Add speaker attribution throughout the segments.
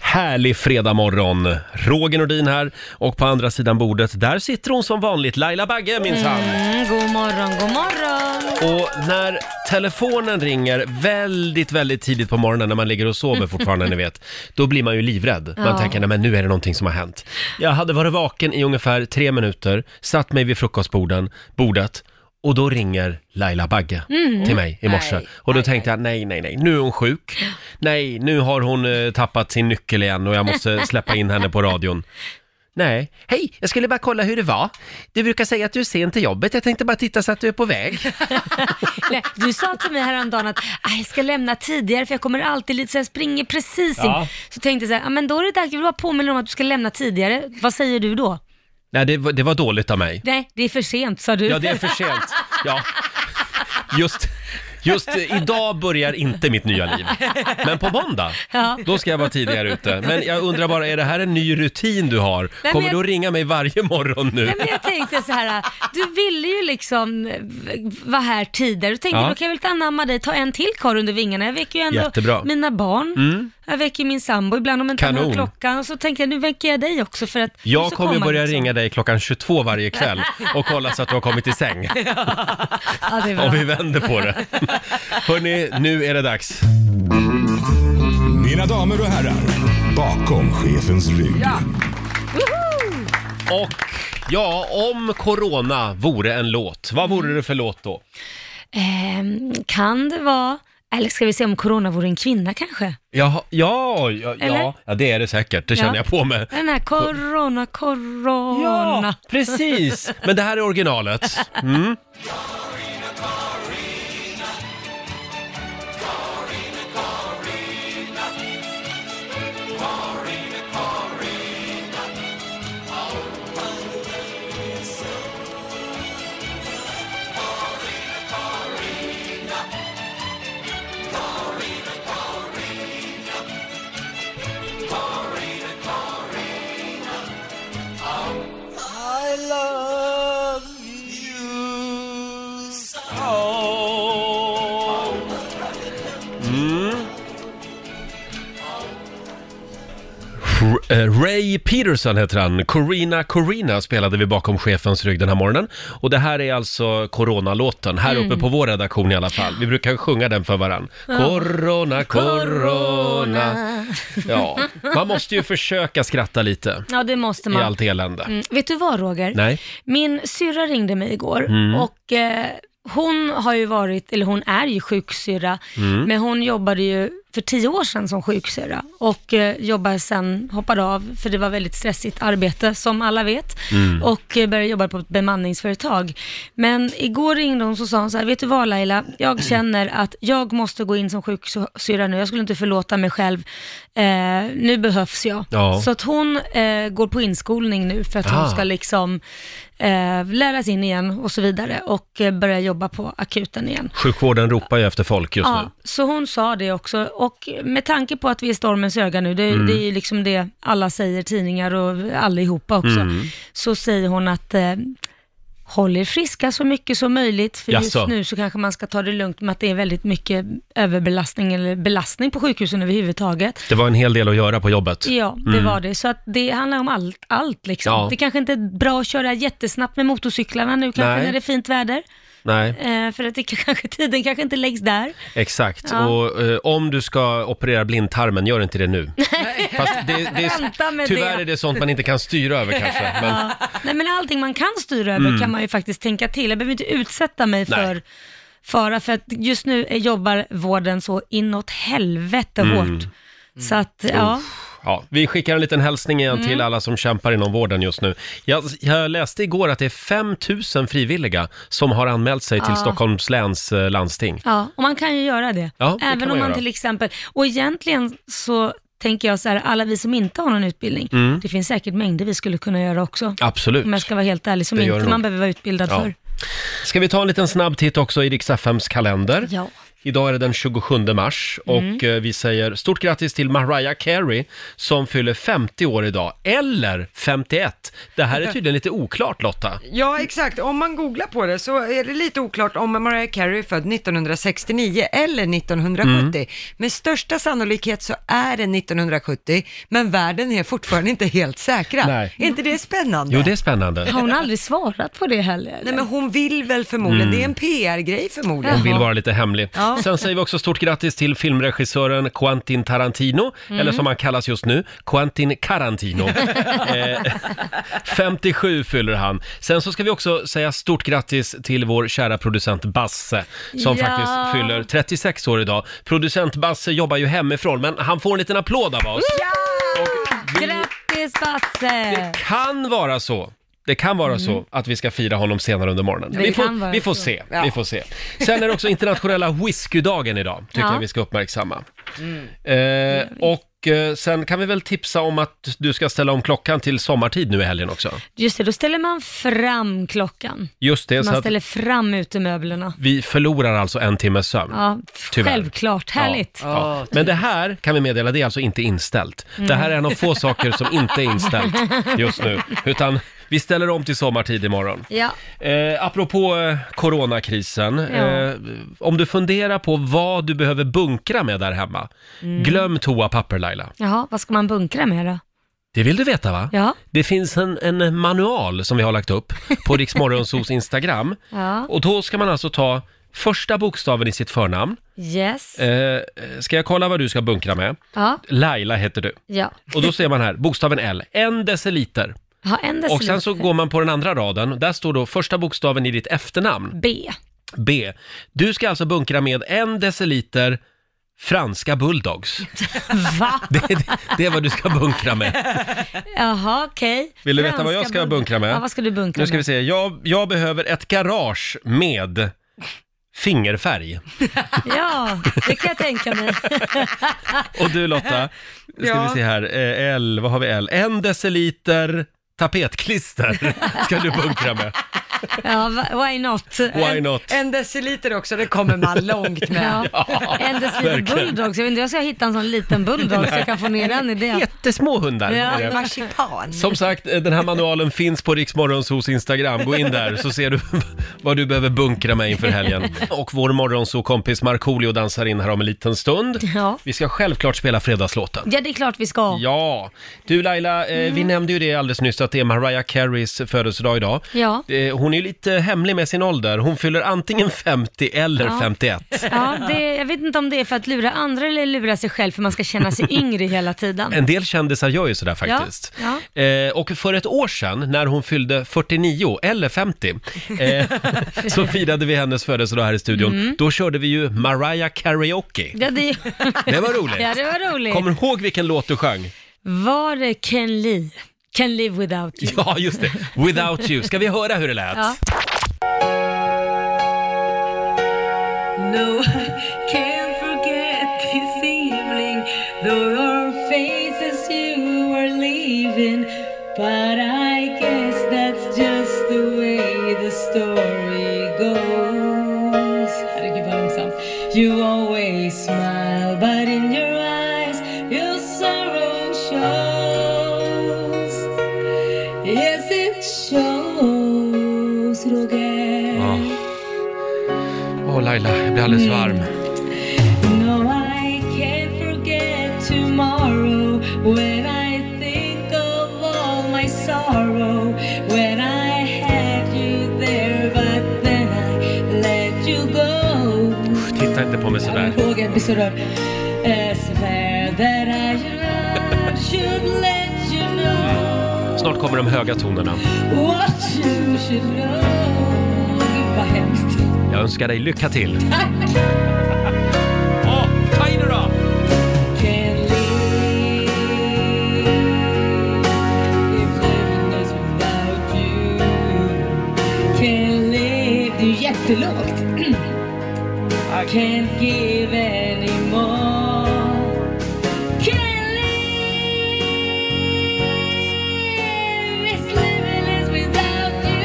Speaker 1: härlig fredagmorgon. Roger Nordin här och på andra sidan bordet, där sitter hon som vanligt, Laila Bagge minsann.
Speaker 2: Mm, god morgon, god morgon.
Speaker 1: Och när telefonen ringer väldigt, väldigt tidigt på morgonen när man ligger och sover fortfarande, ni vet, då blir man ju livrädd. Man
Speaker 2: Ja.
Speaker 1: tänker, nej men nu är det någonting som har hänt. Jag hade varit vaken i ungefär tre minuter, satt mig vid frukostborden, bordet, och då ringer Laila Bagge
Speaker 3: Mm.
Speaker 1: till mig i morse.
Speaker 3: Nej,
Speaker 1: Och då tänkte jag, nej, nej, nej, nu är hon sjuk. Nej, nu har hon eh, tappat sin nyckel igen och jag måste släppa in henne på radion. Nej. Hej, jag skulle bara kolla hur det var. Du brukar säga att du är sen till jobbet. Jag tänkte bara titta så att du är på väg.
Speaker 2: Nej, Du sa till mig häromdagen att "Ah, jag ska lämna tidigare för jag kommer alltid lite så jag springer precis in.
Speaker 1: Ja.
Speaker 2: Så tänkte jag så här, "Ah, men då är det dags, jag vill bara påminna om att du ska lämna tidigare. Vad säger du då?
Speaker 1: Nej, det var, det var dåligt av mig.
Speaker 2: Nej, det är för sent sa du.
Speaker 1: Ja, det är för sent. Ja. Just, just eh, idag börjar inte mitt nya liv. Men på måndag,
Speaker 2: Ja.
Speaker 1: då ska jag vara tidigare ute. Men jag undrar bara, är det här en ny rutin du har?
Speaker 2: men
Speaker 1: Kommer
Speaker 2: jag-
Speaker 1: du att ringa mig varje morgon nu?
Speaker 2: Nej, men jag tänkte så här, du ville ju liksom eh, vara här tidigare. Då tänkte
Speaker 1: Ja.
Speaker 2: jag, då kan jag väl anamma dig, ta en till karl under vingarna. Jag väcker ju ändå
Speaker 1: Jättebra.
Speaker 2: mina barn.
Speaker 1: Mm.
Speaker 2: Jag väcker min sambo ibland om inte han
Speaker 1: Kanon.
Speaker 2: har klockan. Och så tänker jag, nu väcker jag dig också för att du
Speaker 1: Jag
Speaker 2: ska
Speaker 1: kommer ju
Speaker 2: komma
Speaker 1: börja
Speaker 2: liksom.
Speaker 1: ringa dig klockan 22 varje kväll och kolla så att du har kommit i säng.
Speaker 2: Ja, det är bra.
Speaker 1: Om vi vänder på det. Hörni, nu är det dags.
Speaker 4: Mina damer och herrar, bakom chefens rygg.
Speaker 1: Och ja, om corona vore en låt, vad vore det för låt då?
Speaker 2: Ehm, kan det vara, eller ska vi se om corona vore en kvinna kanske?
Speaker 1: Ja, ja, ja,
Speaker 2: Eller?
Speaker 1: ja, ja det är det säkert. Det
Speaker 2: Ja.
Speaker 1: känner jag på mig.
Speaker 2: Den här corona, corona. Ja,
Speaker 1: Precis, men det här är originalet. Mm.
Speaker 5: I love you so.
Speaker 1: Mm. R- eh, Ray Peterson heter han. Corina Corina spelade vi bakom chefens rygg den här morgonen. Och det här är alltså coronalåten, här
Speaker 2: Mm.
Speaker 1: uppe på vår redaktion i alla fall. Vi brukar sjunga den för varann.
Speaker 2: Ja.
Speaker 1: Corona, corona. Ja, man måste ju försöka skratta lite
Speaker 2: ja, det måste
Speaker 1: i
Speaker 2: man.
Speaker 1: allt elände.
Speaker 2: Mm. Vet du vad Roger?
Speaker 1: Nej?
Speaker 2: Min syrra ringde mig igår
Speaker 1: Mm.
Speaker 2: och eh, hon har ju varit, eller hon är ju sjuksyrra,
Speaker 1: Mm.
Speaker 2: men hon jobbade ju för tio år sedan som sjuksyrra och eh, jobbar sen, hoppade av, för det var väldigt stressigt arbete som alla vet.
Speaker 6: Mm.
Speaker 2: och eh, började jobba på ett bemanningsföretag. Men igår ringde hon så sa hon så här, vet du vad Laila, jag känner att jag måste gå in som sjuksyrra nu, jag skulle inte förlåta mig själv, eh, nu behövs jag.
Speaker 6: Ja.
Speaker 2: Så att hon eh, går på inskolning nu för att
Speaker 6: Ah.
Speaker 2: hon ska liksom eh, läras in igen och så vidare och eh, börja jobba på akuten igen.
Speaker 1: Sjukvården ropar ju efter folk just nu.
Speaker 2: Så hon sa det också och med tanke på att vi är i stormens öga nu, det,
Speaker 1: Mm.
Speaker 2: det är ju liksom det alla säger, tidningar och allihopa också,
Speaker 1: Mm.
Speaker 2: så säger hon att eh, håll er friska så mycket som möjligt, för
Speaker 1: Jaså?
Speaker 2: just nu så kanske man ska ta det lugnt med att det är väldigt mycket överbelastning eller belastning på sjukhusen överhuvudtaget.
Speaker 1: Det var en hel del att göra på jobbet.
Speaker 2: Ja, det
Speaker 1: Mm.
Speaker 2: var det. Så att det handlar om allt, allt liksom.
Speaker 1: Ja.
Speaker 2: Det kanske inte är bra att köra jättesnabbt med motorcyklarna nu kanske
Speaker 1: Nej.
Speaker 2: när det är fint väder,
Speaker 1: Nej.
Speaker 2: eh, för att det kanske, tiden kanske inte läggs där.
Speaker 1: Exakt,
Speaker 2: Ja.
Speaker 1: och eh, om du ska operera blindtarmen, gör inte det nu. Fast det, det
Speaker 2: Vänta
Speaker 1: är,
Speaker 2: med
Speaker 1: tyvärr
Speaker 2: det.
Speaker 1: är det sånt man inte kan styra över kanske. Men,
Speaker 2: Ja. Nej men allting man kan styra över
Speaker 1: Mm.
Speaker 2: kan man ju faktiskt tänka till. Jag behöver inte utsätta mig
Speaker 1: Nej.
Speaker 2: för fara för att just nu eh, jobbar vården så inåt helvete
Speaker 1: Mm.
Speaker 2: hårt. Så att, ja. Mm.
Speaker 1: ja, vi skickar en liten hälsning igen till alla som kämpar inom vården just nu. Jag, jag läste igår att det är 5 000 frivilliga som har anmält sig till
Speaker 2: Ja.
Speaker 1: Stockholms läns eh, landsting.
Speaker 2: ja, och man kan ju göra det.
Speaker 1: Ja, det
Speaker 2: Även
Speaker 1: kan
Speaker 2: om
Speaker 1: man
Speaker 2: man
Speaker 1: göra.
Speaker 2: till exempel, och egentligen så tänker jag så här, alla vi som inte har någon utbildning,
Speaker 1: Mm.
Speaker 2: det finns säkert mängder vi skulle kunna göra också.
Speaker 1: Absolut.
Speaker 2: Om jag ska vara helt ärlig, som
Speaker 1: Det gör det
Speaker 2: inte
Speaker 1: nog.
Speaker 2: man behöver vara utbildad
Speaker 1: Ja.
Speaker 2: för.
Speaker 1: Ska vi ta en liten snabb titt också i Rix FMs kalender?
Speaker 2: Ja. Mm.
Speaker 1: Idag är det den 27 mars och eh, vi säger stort grattis till Mariah Carey som fyller 50 år idag, eller 51. Det här är tydligen lite oklart Lotta.
Speaker 3: Ja, exakt. Om man googlar på det så är det lite oklart om Mariah Carey är född 1969 eller 1970.
Speaker 1: Mm.
Speaker 3: Med största sannolikhet så är det 1970, men världen är fortfarande inte helt säkra.
Speaker 1: Nej.
Speaker 3: Är inte det spännande?
Speaker 1: Jo, det är spännande.
Speaker 2: Har hon aldrig svarat på det heller? eller?
Speaker 3: Nej, men hon vill väl förmodligen. Det är en PR-grej förmodligen.
Speaker 1: Mm. Hon vill
Speaker 2: Jaha.
Speaker 1: vara lite hemlig.
Speaker 3: Ja.
Speaker 1: Sen säger vi också stort grattis till filmregissören Quentin Tarantino,
Speaker 2: Mm.
Speaker 1: eller som han kallas just nu, Quentin Carantino. eh, 57 fyller han. Sen så ska vi också säga stort grattis till vår kära producent Basse, som
Speaker 2: Ja.
Speaker 1: faktiskt fyller 36 år idag. Producent Basse jobbar ju hemifrån, men han får en liten applåd av oss.
Speaker 2: Grattis Basse!
Speaker 1: Kan vara så. Det kan vara så att vi ska fira honom senare under morgonen.
Speaker 2: Mm. Det
Speaker 1: Vi
Speaker 2: kan
Speaker 1: får,
Speaker 2: vara
Speaker 1: vi får
Speaker 2: så.
Speaker 1: se.
Speaker 3: Ja.
Speaker 1: Vi får se. Sen är det också internationella whiskydagen idag, tycker
Speaker 2: Ja.
Speaker 1: jag vi ska uppmärksamma. Eh, och eh, sen kan vi väl tipsa om att du ska ställa om klockan till sommartid nu i helgen också.
Speaker 2: Just det, då ställer man fram klockan.
Speaker 1: Just det, så
Speaker 2: Man
Speaker 1: att
Speaker 2: ställer fram utemöblerna.
Speaker 1: vi förlorar alltså en timmes sömn.
Speaker 2: Ja,
Speaker 1: Tyvärr.
Speaker 2: självklart. Härligt.
Speaker 1: Ja, ja. Men det här kan vi meddela, det är alltså inte inställt. Det här är en av få saker som inte är inställt just nu. Utan vi ställer om till sommartid imorgon.
Speaker 2: Ja.
Speaker 1: Eh, apropå eh, coronakrisen,
Speaker 2: Ja.
Speaker 1: eh, om du funderar på vad du behöver bunkra med där hemma, glöm toapapper Laila.
Speaker 2: Mm. Jaha, vad ska man bunkra med då?
Speaker 1: Det vill du veta va?
Speaker 2: Ja.
Speaker 1: Det finns en, en manual som vi har lagt upp på Riksmorgonsos Instagram.
Speaker 2: Ja.
Speaker 1: Och då ska man alltså ta första bokstaven i sitt förnamn.
Speaker 2: Yes.
Speaker 1: Eh, ska jag kolla vad du ska bunkra med?
Speaker 2: Ja.
Speaker 1: Laila heter du.
Speaker 2: Ja.
Speaker 1: Och då ser man här, bokstaven L, en deciliter.
Speaker 2: Ha en
Speaker 1: Och
Speaker 2: deciliter.
Speaker 1: sen så går man på den andra raden, där står då första bokstaven i ditt efternamn.
Speaker 2: B.
Speaker 1: B. Du ska alltså bunkra med en deciliter franska bulldogs.
Speaker 2: Va?
Speaker 1: Det, det, det är vad du ska bunkra med.
Speaker 2: Jaha, okej.
Speaker 1: Vill du veta vad jag
Speaker 2: Franska
Speaker 1: ska
Speaker 2: bun-
Speaker 1: bunkra med?
Speaker 2: Ja, vad ska du bunkra
Speaker 1: Nu ska vi
Speaker 2: med?
Speaker 1: se. Jag, jag behöver ett garage med fingerfärg.
Speaker 2: Ja, det kan jag tänka mig.
Speaker 1: Och du Lotta, nu ska
Speaker 3: Ja.
Speaker 1: vi se här. Eh, L, vad har vi L? En deciliter tapetklister ska du bunkra med.
Speaker 2: Ja, va- why not?
Speaker 1: Why not?
Speaker 3: En deciliter också, det kommer man långt med.
Speaker 2: Ja. En deciliter
Speaker 1: verkligen.
Speaker 2: bulldogs. Jag vet inte, jag ska hitta en sån liten bulldog så jag kan få ner den i det.
Speaker 1: Jättesmå hundar.
Speaker 2: Ja.
Speaker 1: är det.
Speaker 3: Marsipan.
Speaker 1: Som sagt, eh, den här manualen finns på Riksmorgonsos Instagram. Gå in där så ser du vad du behöver bunkra med inför helgen. Och vår morgonsokompis Markoolio dansar in här om en liten stund.
Speaker 2: Ja.
Speaker 1: Vi ska självklart spela fredagslåten.
Speaker 2: Ja, Mm. det är klart vi ska.
Speaker 1: Ja, du Laila, eh, vi nämnde ju det alldeles nyss att det är Mariah Careys födelsedag idag.
Speaker 2: Ja.
Speaker 1: Eh, hon är ju lite hemlig med sin ålder. Hon fyller antingen 50 eller 51.
Speaker 2: Ja, det, jag vet inte om det är för att lura andra eller lura sig själv för man ska känna sig yngre hela tiden.
Speaker 1: En del kändisar gör ju sådär
Speaker 2: Ja,
Speaker 1: faktiskt.
Speaker 2: ja.
Speaker 1: Eh, och för ett år sedan, när hon fyllde 49 eller 50, eh, så firade vi hennes födelsedag här i studion.
Speaker 2: Mm.
Speaker 1: Då körde vi ju Mariah Karaoke.
Speaker 2: Ja, det,
Speaker 1: Det var roligt.
Speaker 2: ja, det var roligt.
Speaker 1: Kommer du ihåg vilken låt du sjöng?
Speaker 2: Var det Ken Lee? Can live without you.
Speaker 1: Ja, just det. Without you. Ska vi höra hur det lät?
Speaker 2: Ja.
Speaker 6: No, I can't forget this evening, though our faces you were leaving. But I guess that's just the way the story goes. Herregud vad långsamt. You always smile, but in your eyes your sorrow shows. Yes, it shows, Roger.
Speaker 1: Åh, Åh, Laila, jag blir alldeles varm.
Speaker 6: No, I can't forget tomorrow when I think of all my sorrow. When I had you there, but then I let you go.
Speaker 1: Titta inte på mig sådär.
Speaker 6: Jag kommer ihåg jag blir så rörd. I swear that I should- should let you know
Speaker 1: Snart kommer de höga tonerna.
Speaker 6: what you should know. Gud vad hemskt.
Speaker 1: Jag önskar dig lycka till. Åh, ta i nu då!
Speaker 6: Can't live if living is without you. Can't live. Det är ju jättelågt. I can't give anymore. Can't live if living is without you.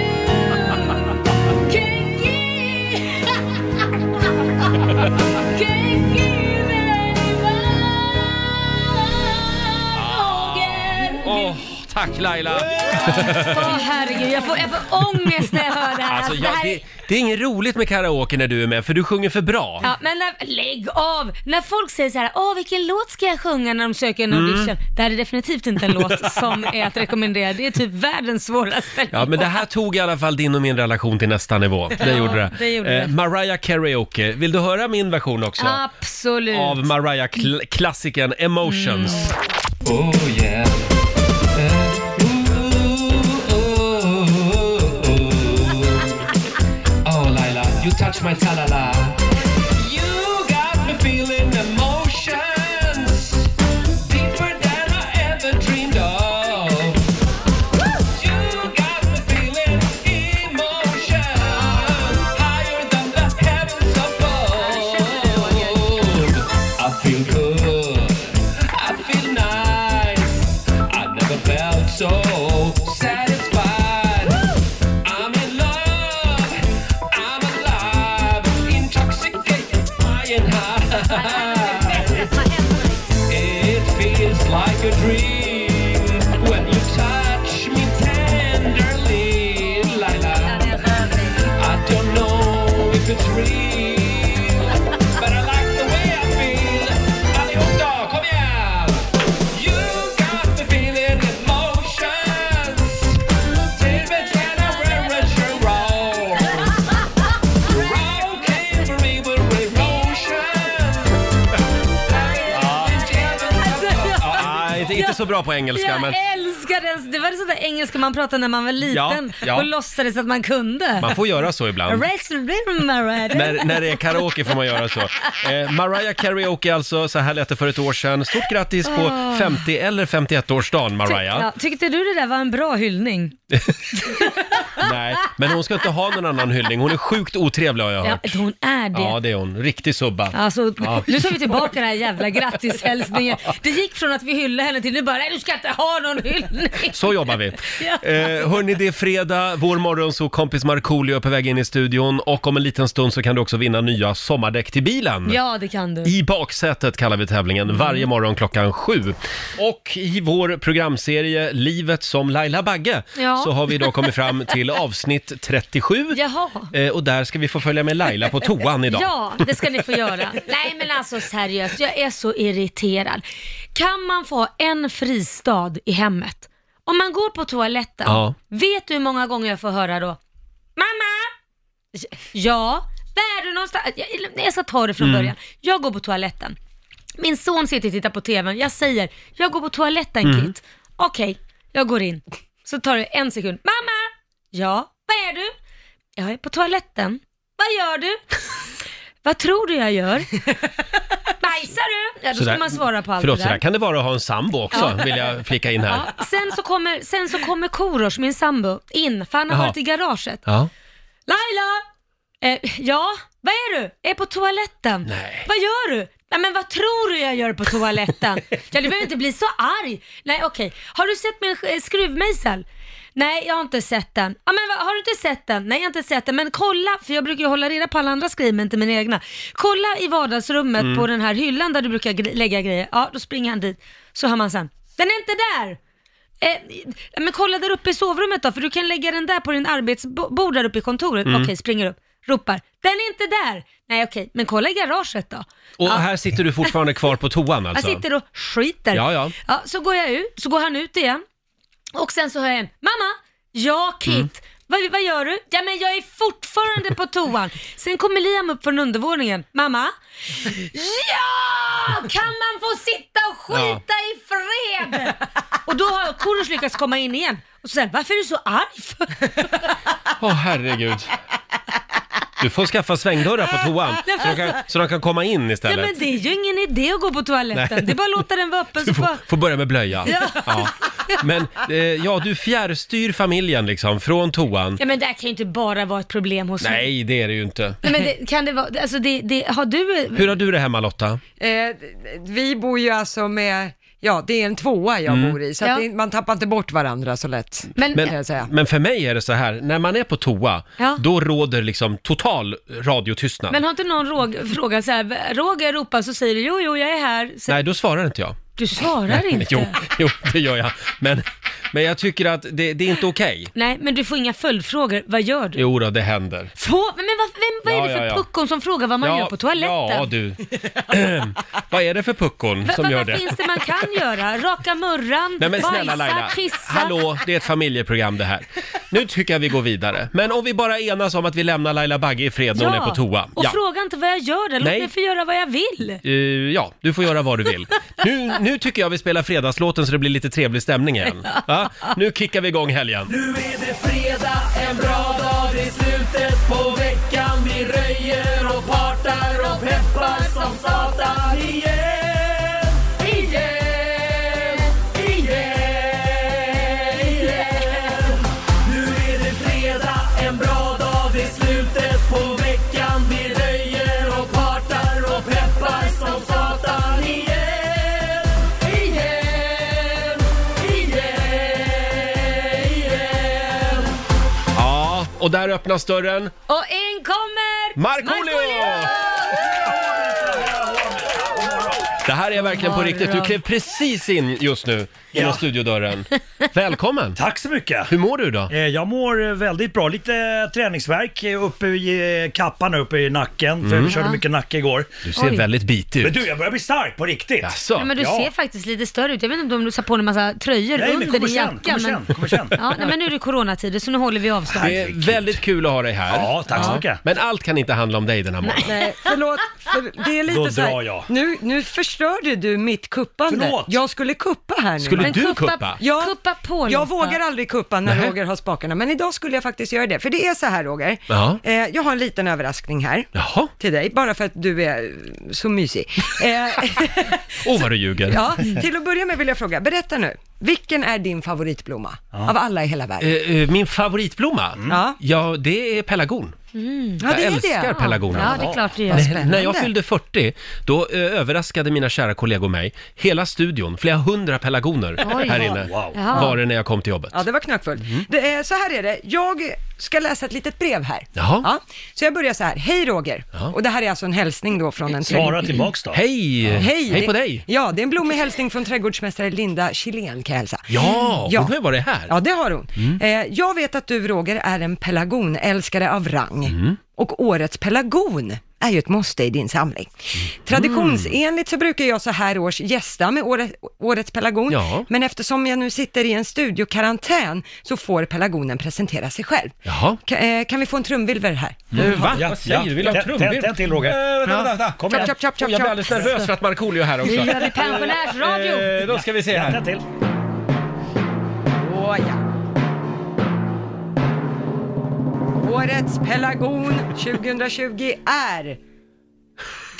Speaker 6: Can't give.
Speaker 1: Åh, tack Laila!
Speaker 2: Åh herregud, jag får, jag får ångest när jag hör det här.
Speaker 1: Alltså,
Speaker 2: det
Speaker 1: jag,
Speaker 2: här
Speaker 1: det,
Speaker 2: är...
Speaker 1: det är inget roligt med karaoke när du är med, för du sjunger för bra.
Speaker 2: Ja, men när, lägg av! När folk säger så här, åh vilken låt ska jag sjunga när de söker
Speaker 1: Mm.
Speaker 2: en audition? Det här är definitivt inte en låt som är att rekommendera. Det är typ världens svåraste
Speaker 1: Ja, men det här tog i alla fall din och min relation till nästa nivå. Det gjorde det.
Speaker 2: det gjorde det.
Speaker 1: Eh, Mariah Karaoke. Vill du höra min version också?
Speaker 2: Absolut.
Speaker 1: Av Mariah-klassikern Emotions.
Speaker 2: Mm.
Speaker 7: Oh, Laila, you touch my talala. You got me feeling emotions deeper than I ever dreamed of. You got me feeling emotions higher than the heavens above. I feel good. I feel nice. I never felt so satisfied. I'm in love. I'm alive. Intoxicated, flying high. It feels like a dream when you touch me tenderly, Laila. I don't know if it's real, but I like the way I feel. Allihop då, kom igen! You got me feeling emotions. Till me tell I where it's wrong. Wrong came for me with emotions.
Speaker 1: Ah, inte, inte så bra på engelska,
Speaker 2: Jag
Speaker 1: men
Speaker 2: älskar den! Det var sånt där engelska man pratade när man var liten
Speaker 1: Ja, ja.
Speaker 2: och låtsades att man kunde.
Speaker 1: man får göra så ibland.
Speaker 2: Rest in rhythm, Mariah.
Speaker 1: När, när det är karaoke får man göra så. Eh, Mariah Karaoke alltså, så här lät det för ett år sedan. Stort grattis på 50 eller 51-årsdagen
Speaker 2: Ty-
Speaker 1: Mariah.
Speaker 2: Ah. ja, Tyckte du det där var en bra hyllning?
Speaker 1: Nej, men hon ska inte ha någon annan hyllning. Hon är sjukt otrevlig har jag
Speaker 2: Ja,
Speaker 1: hört.
Speaker 2: hon är det.
Speaker 1: Ja, det är hon. Riktig subba.
Speaker 2: Alltså, nu tar vi tillbaka den här jävla grattishälsningen. Det gick från att vi hyllade henne till nu bara, nej du ska inte ha någon hyllning.
Speaker 1: Så jobbar vi.
Speaker 2: Ja.
Speaker 1: Eh, hörni, det är fredag. Vår morgonsåkompis Markoolio är på väg in i studion och om en liten stund så kan du också vinna nya sommardäck till bilen.
Speaker 2: Ja, Mm. det kan du.
Speaker 1: I baksätet kallar vi tävlingen varje morgon klockan sju. Och i vår programserie Livet som Laila Bagge
Speaker 2: Ja.
Speaker 1: så har vi då kommit fram till avsnitt 37.
Speaker 2: Jaha.
Speaker 1: Eh, och där ska vi få följa med Laila Eh, på toan idag.
Speaker 2: Ja, det ska ni få göra. Nej men alltså seriöst, jag är så irriterad. Kan man få ha en fristad i hemmet? Om man går på toaletten,
Speaker 1: Ja.
Speaker 2: vet du hur många gånger jag får höra då? Mamma! Ja, var är du någonstans? Jag, jag ska ta det från
Speaker 1: Mm.
Speaker 2: början. Jag går på toaletten. Min son sitter och tittar på TVn. Jag säger, jag går på toaletten
Speaker 1: Mm.
Speaker 2: Kit. Okej, jag går in. Så tar det en sekund. Mamma! Ja, vad är du? Jag är på toaletten. Vad gör du? Vad tror du jag gör? Bajsar du? Ja, då ska
Speaker 1: Sådär.
Speaker 2: man svara på allt
Speaker 1: Förlåt,
Speaker 2: det
Speaker 1: så
Speaker 2: där.
Speaker 1: där kan det vara att ha en sambo också,
Speaker 2: Ja.
Speaker 1: vill jag flika in här.
Speaker 2: Ja, sen så kommer, sen så kommer Korosh, min sambo, in, för han har
Speaker 1: Jaha.
Speaker 2: varit i garaget.
Speaker 1: Ja.
Speaker 2: Laila! Eh, ja, vad är du? Jag är på toaletten.
Speaker 1: Nej.
Speaker 2: Vad gör du? Nej men vad tror du jag gör på toaletten? ja du behöver inte bli så arg. Nej okej, har du sett min sk- eh, skruvmejsel? Nej jag har inte sett den. Ja men vad- har du inte sett den? Nej jag har inte sett den. Men kolla, för jag brukar ju hålla reda på alla andra skriv men inte mina egna. Kolla i vardagsrummet på den här hyllan där du brukar gre- lägga grejer. Ja då springer han dit. Så hör man sen, den är inte där! Eh, men kolla där uppe i sovrummet då, för du kan lägga den där på din arbetsbord där uppe i kontoret.
Speaker 1: Mm.
Speaker 2: Okej, springer upp, ropar. Den är inte där! Nej okej, men kolla i garaget då.
Speaker 1: Och här sitter du fortfarande kvar på toan
Speaker 2: Han
Speaker 1: alltså?
Speaker 2: sitter och skiter.
Speaker 1: Ja, ja.
Speaker 2: så går jag ut, så går han ut igen. Och sen så hör jag en, mamma, ja Kit, vad, vad gör du? Ja men jag är fortfarande på toan. Sen kommer Liam upp från undervåningen, mamma, ja! Kan man få sitta och skita i fred? Och då har Korosh lyckats komma in igen. Och så säger han, varför är du så arg för?
Speaker 1: Åh herregud. Du får skaffa svängdörrar på toan så de kan, så de kan komma in
Speaker 2: alltså- Ja
Speaker 1: istället.
Speaker 2: men det är ju ingen idé att gå på toaletten,
Speaker 1: Nej.
Speaker 2: det är bara att låta den vara öppen.
Speaker 1: Du
Speaker 2: Så
Speaker 1: får,
Speaker 2: får...
Speaker 1: får börja med blöja.
Speaker 2: Ja.
Speaker 1: Men eh, ja, du fjärrstyr familjen liksom från toan.
Speaker 2: Ja men det här kan ju inte bara vara ett problem hos mig.
Speaker 1: Nej, det är det ju inte.
Speaker 2: Nej men det, kan det vara, alltså det, det, har du...
Speaker 1: Hur har du det hemma Lotta?
Speaker 3: Eh, d- d- vi bor ju alltså med ja, det är en tvåa jag
Speaker 1: Mm.
Speaker 3: bor i, så att
Speaker 2: Ja.
Speaker 3: det, man tappar inte bort varandra så lätt.
Speaker 2: Men,
Speaker 3: kan jag säga.
Speaker 1: men för mig är det så här, när man är på toa,
Speaker 2: Ja.
Speaker 1: då råder liksom total radiotystnad.
Speaker 2: men har inte någon rog, frågat så här, Roger ropar så säger du jo, jo, jag är här. Så,
Speaker 1: Nej, då svarar inte jag.
Speaker 2: Du svarar inte.
Speaker 1: Jo, jo, det gör jag. Men, men jag tycker att det, det är inte okej.
Speaker 2: Nej, men du får inga följdfrågor. Vad gör du?
Speaker 1: Jo då, det händer.
Speaker 2: Få, men vad, vem, vad är
Speaker 1: Ja,
Speaker 2: det för
Speaker 1: ja, ja.
Speaker 2: puckon som frågar vad man gör på toaletten?
Speaker 1: Ja, du. Vad är det för puckon
Speaker 2: Va,
Speaker 1: som
Speaker 2: va,
Speaker 1: gör
Speaker 2: vad
Speaker 1: det?
Speaker 2: finns det man kan göra? Raka murran,
Speaker 1: Nej men snälla
Speaker 2: bajsa,
Speaker 1: Laila,
Speaker 2: pissa.
Speaker 1: hallå, det är ett familjeprogram det här. Nu tycker jag vi går vidare. Men om vi bara enas om att vi lämnar Laila Bagge i fred när hon är på toa.
Speaker 2: och fråga inte vad jag gör där. Låt
Speaker 1: Nej.
Speaker 2: mig få göra vad jag vill.
Speaker 1: Eh, ja, du får göra vad du vill. Nu, nu tycker jag vi spelar fredagslåten så det blir lite trevlig stämning igen. Va? Nu kickar vi igång helgen.
Speaker 7: Nu är det fredag, en bra dag, det är slutet på veckan Vi röjer och partar och peppar som satan Igen, igen, igen, igen Nu är det fredag, en bra dag, det är slutet på veckan Vi röjer och partar och peppar som satan Igen, igen, igen, igen
Speaker 1: Ja, och där öppnas dörren.
Speaker 2: Och in kommer...
Speaker 1: Markoolio! Det här är verkligen på riktigt. Du klev precis in just nu genom
Speaker 8: Ja.
Speaker 1: studiodörren. Välkommen!
Speaker 8: Tack så mycket!
Speaker 1: Hur mår du idag?
Speaker 8: Eh, Jag mår eh, väldigt bra. Lite eh, träningsvärk eh, uppe i eh, kappan, uppe i nacken. För jag körde mycket nacke igår.
Speaker 1: Mm. Du ser
Speaker 2: Oj.
Speaker 1: väldigt bitig
Speaker 8: Men
Speaker 1: ut.
Speaker 8: du, jag börjar bli stark på riktigt.
Speaker 1: Jaså?
Speaker 2: Ja, men du
Speaker 8: Ja.
Speaker 2: ser faktiskt lite större ut. Jag vet inte om du satt på dig en massa tröjor
Speaker 8: Nej, men
Speaker 2: under
Speaker 8: kommer
Speaker 2: din
Speaker 8: sen,
Speaker 2: jacka.
Speaker 8: kommer sen, kommer sen.
Speaker 2: Ja, nej, men nu är det coronatider så nu håller vi avstånd.
Speaker 1: Det är väldigt kul att ha dig här.
Speaker 8: Ja, tack så mycket.
Speaker 1: Men allt kan inte handla om dig den här morgonen.
Speaker 3: Nej, förlåt. För det är lite
Speaker 8: Då
Speaker 3: så här,
Speaker 8: drar jag.
Speaker 3: Nu, nu förstörde du mitt kuppande.
Speaker 8: Förlåt.
Speaker 3: Jag skulle kuppa här nu.
Speaker 1: Skulle
Speaker 2: Men
Speaker 1: du
Speaker 2: kuppa-
Speaker 1: kuppa?
Speaker 3: Ja,
Speaker 2: Kuppa på Lotta.
Speaker 3: Jag vågar aldrig kuppa när
Speaker 1: Nej.
Speaker 3: Roger har spakarna, men idag skulle jag faktiskt göra det. För det är så här Roger,
Speaker 1: Ja.
Speaker 3: eh, jag har en liten överraskning här
Speaker 1: Jaha,
Speaker 3: till dig, bara för att du är eh, så mysig. Eh,
Speaker 1: åh vad du ljuger.
Speaker 3: ja, till att börja med vill jag fråga, berätta nu, vilken är din favoritblomma av alla i hela världen?
Speaker 1: Eh, eh, Min favoritblomma?
Speaker 3: Ja.
Speaker 1: Ja, det är pelargon.
Speaker 3: Ja, det
Speaker 1: jag
Speaker 3: är
Speaker 1: älskar
Speaker 3: det.
Speaker 1: pelargonerna.
Speaker 2: Ja, det är klart du gör.
Speaker 3: Vad
Speaker 1: När-
Speaker 3: spännande.
Speaker 1: När jag fyllde 40, då eh, överraskade mina kära kollegor mig. Hela studion, flera hundra pelargoner
Speaker 2: Oj.
Speaker 1: här inne
Speaker 8: Wow.
Speaker 2: Jaha.
Speaker 1: var det när jag kom till jobbet.
Speaker 3: Ja, det var knackfullt.
Speaker 1: Mm.
Speaker 3: Det är, så här är det, jag ska läsa ett litet brev här.
Speaker 1: Jaha.
Speaker 3: Ja, så jag börjar så här, hej Roger.
Speaker 1: Ja.
Speaker 3: Och det här är alltså en hälsning då från en
Speaker 8: Svara tillbaks då.
Speaker 1: Hej!
Speaker 3: Hej!
Speaker 1: Hej på
Speaker 3: det-
Speaker 1: dig!
Speaker 3: Ja, det är en blommig hälsning från trädgårdsmästare Linda Kilén kan jag hälsa.
Speaker 1: Ja, hon
Speaker 3: Ja.
Speaker 1: har ju varit här. Mm.
Speaker 3: Ja, det har hon. Eh, jag vet att du, Roger, är en pelargonälskare av rang.
Speaker 1: Mm.
Speaker 3: Och årets pelargon är ju ett måste i din samling.
Speaker 1: Mm.
Speaker 3: Traditionsenligt så brukar jag så här års gästa med åre- årets pelargon,
Speaker 1: Ja.
Speaker 3: men eftersom jag nu sitter i en studiokarantän så får pelargonen presentera sig själv.
Speaker 1: Jaha.
Speaker 3: Ka- eh, kan vi få en trumvirvel här?
Speaker 1: Eh, Va? Vad säger du? Vill du ha
Speaker 8: Tänd-
Speaker 1: trumvirvel?
Speaker 8: tänd- Tänd till Roger.
Speaker 1: Eh, Vänta, vänta, vänta.
Speaker 8: Kom
Speaker 3: Chop,
Speaker 8: igen.
Speaker 3: chop, chop,
Speaker 1: Jag
Speaker 3: chop,
Speaker 1: blir
Speaker 3: chop.
Speaker 1: alldeles nervös för att Markoolio är här
Speaker 2: Nu
Speaker 1: också.
Speaker 2: gör vi pensionärsradio.
Speaker 1: Eh, Då ska vi se
Speaker 8: Ja,
Speaker 1: här.
Speaker 8: Tänd till.
Speaker 3: Åh, ja. Årets pelargon 2020 är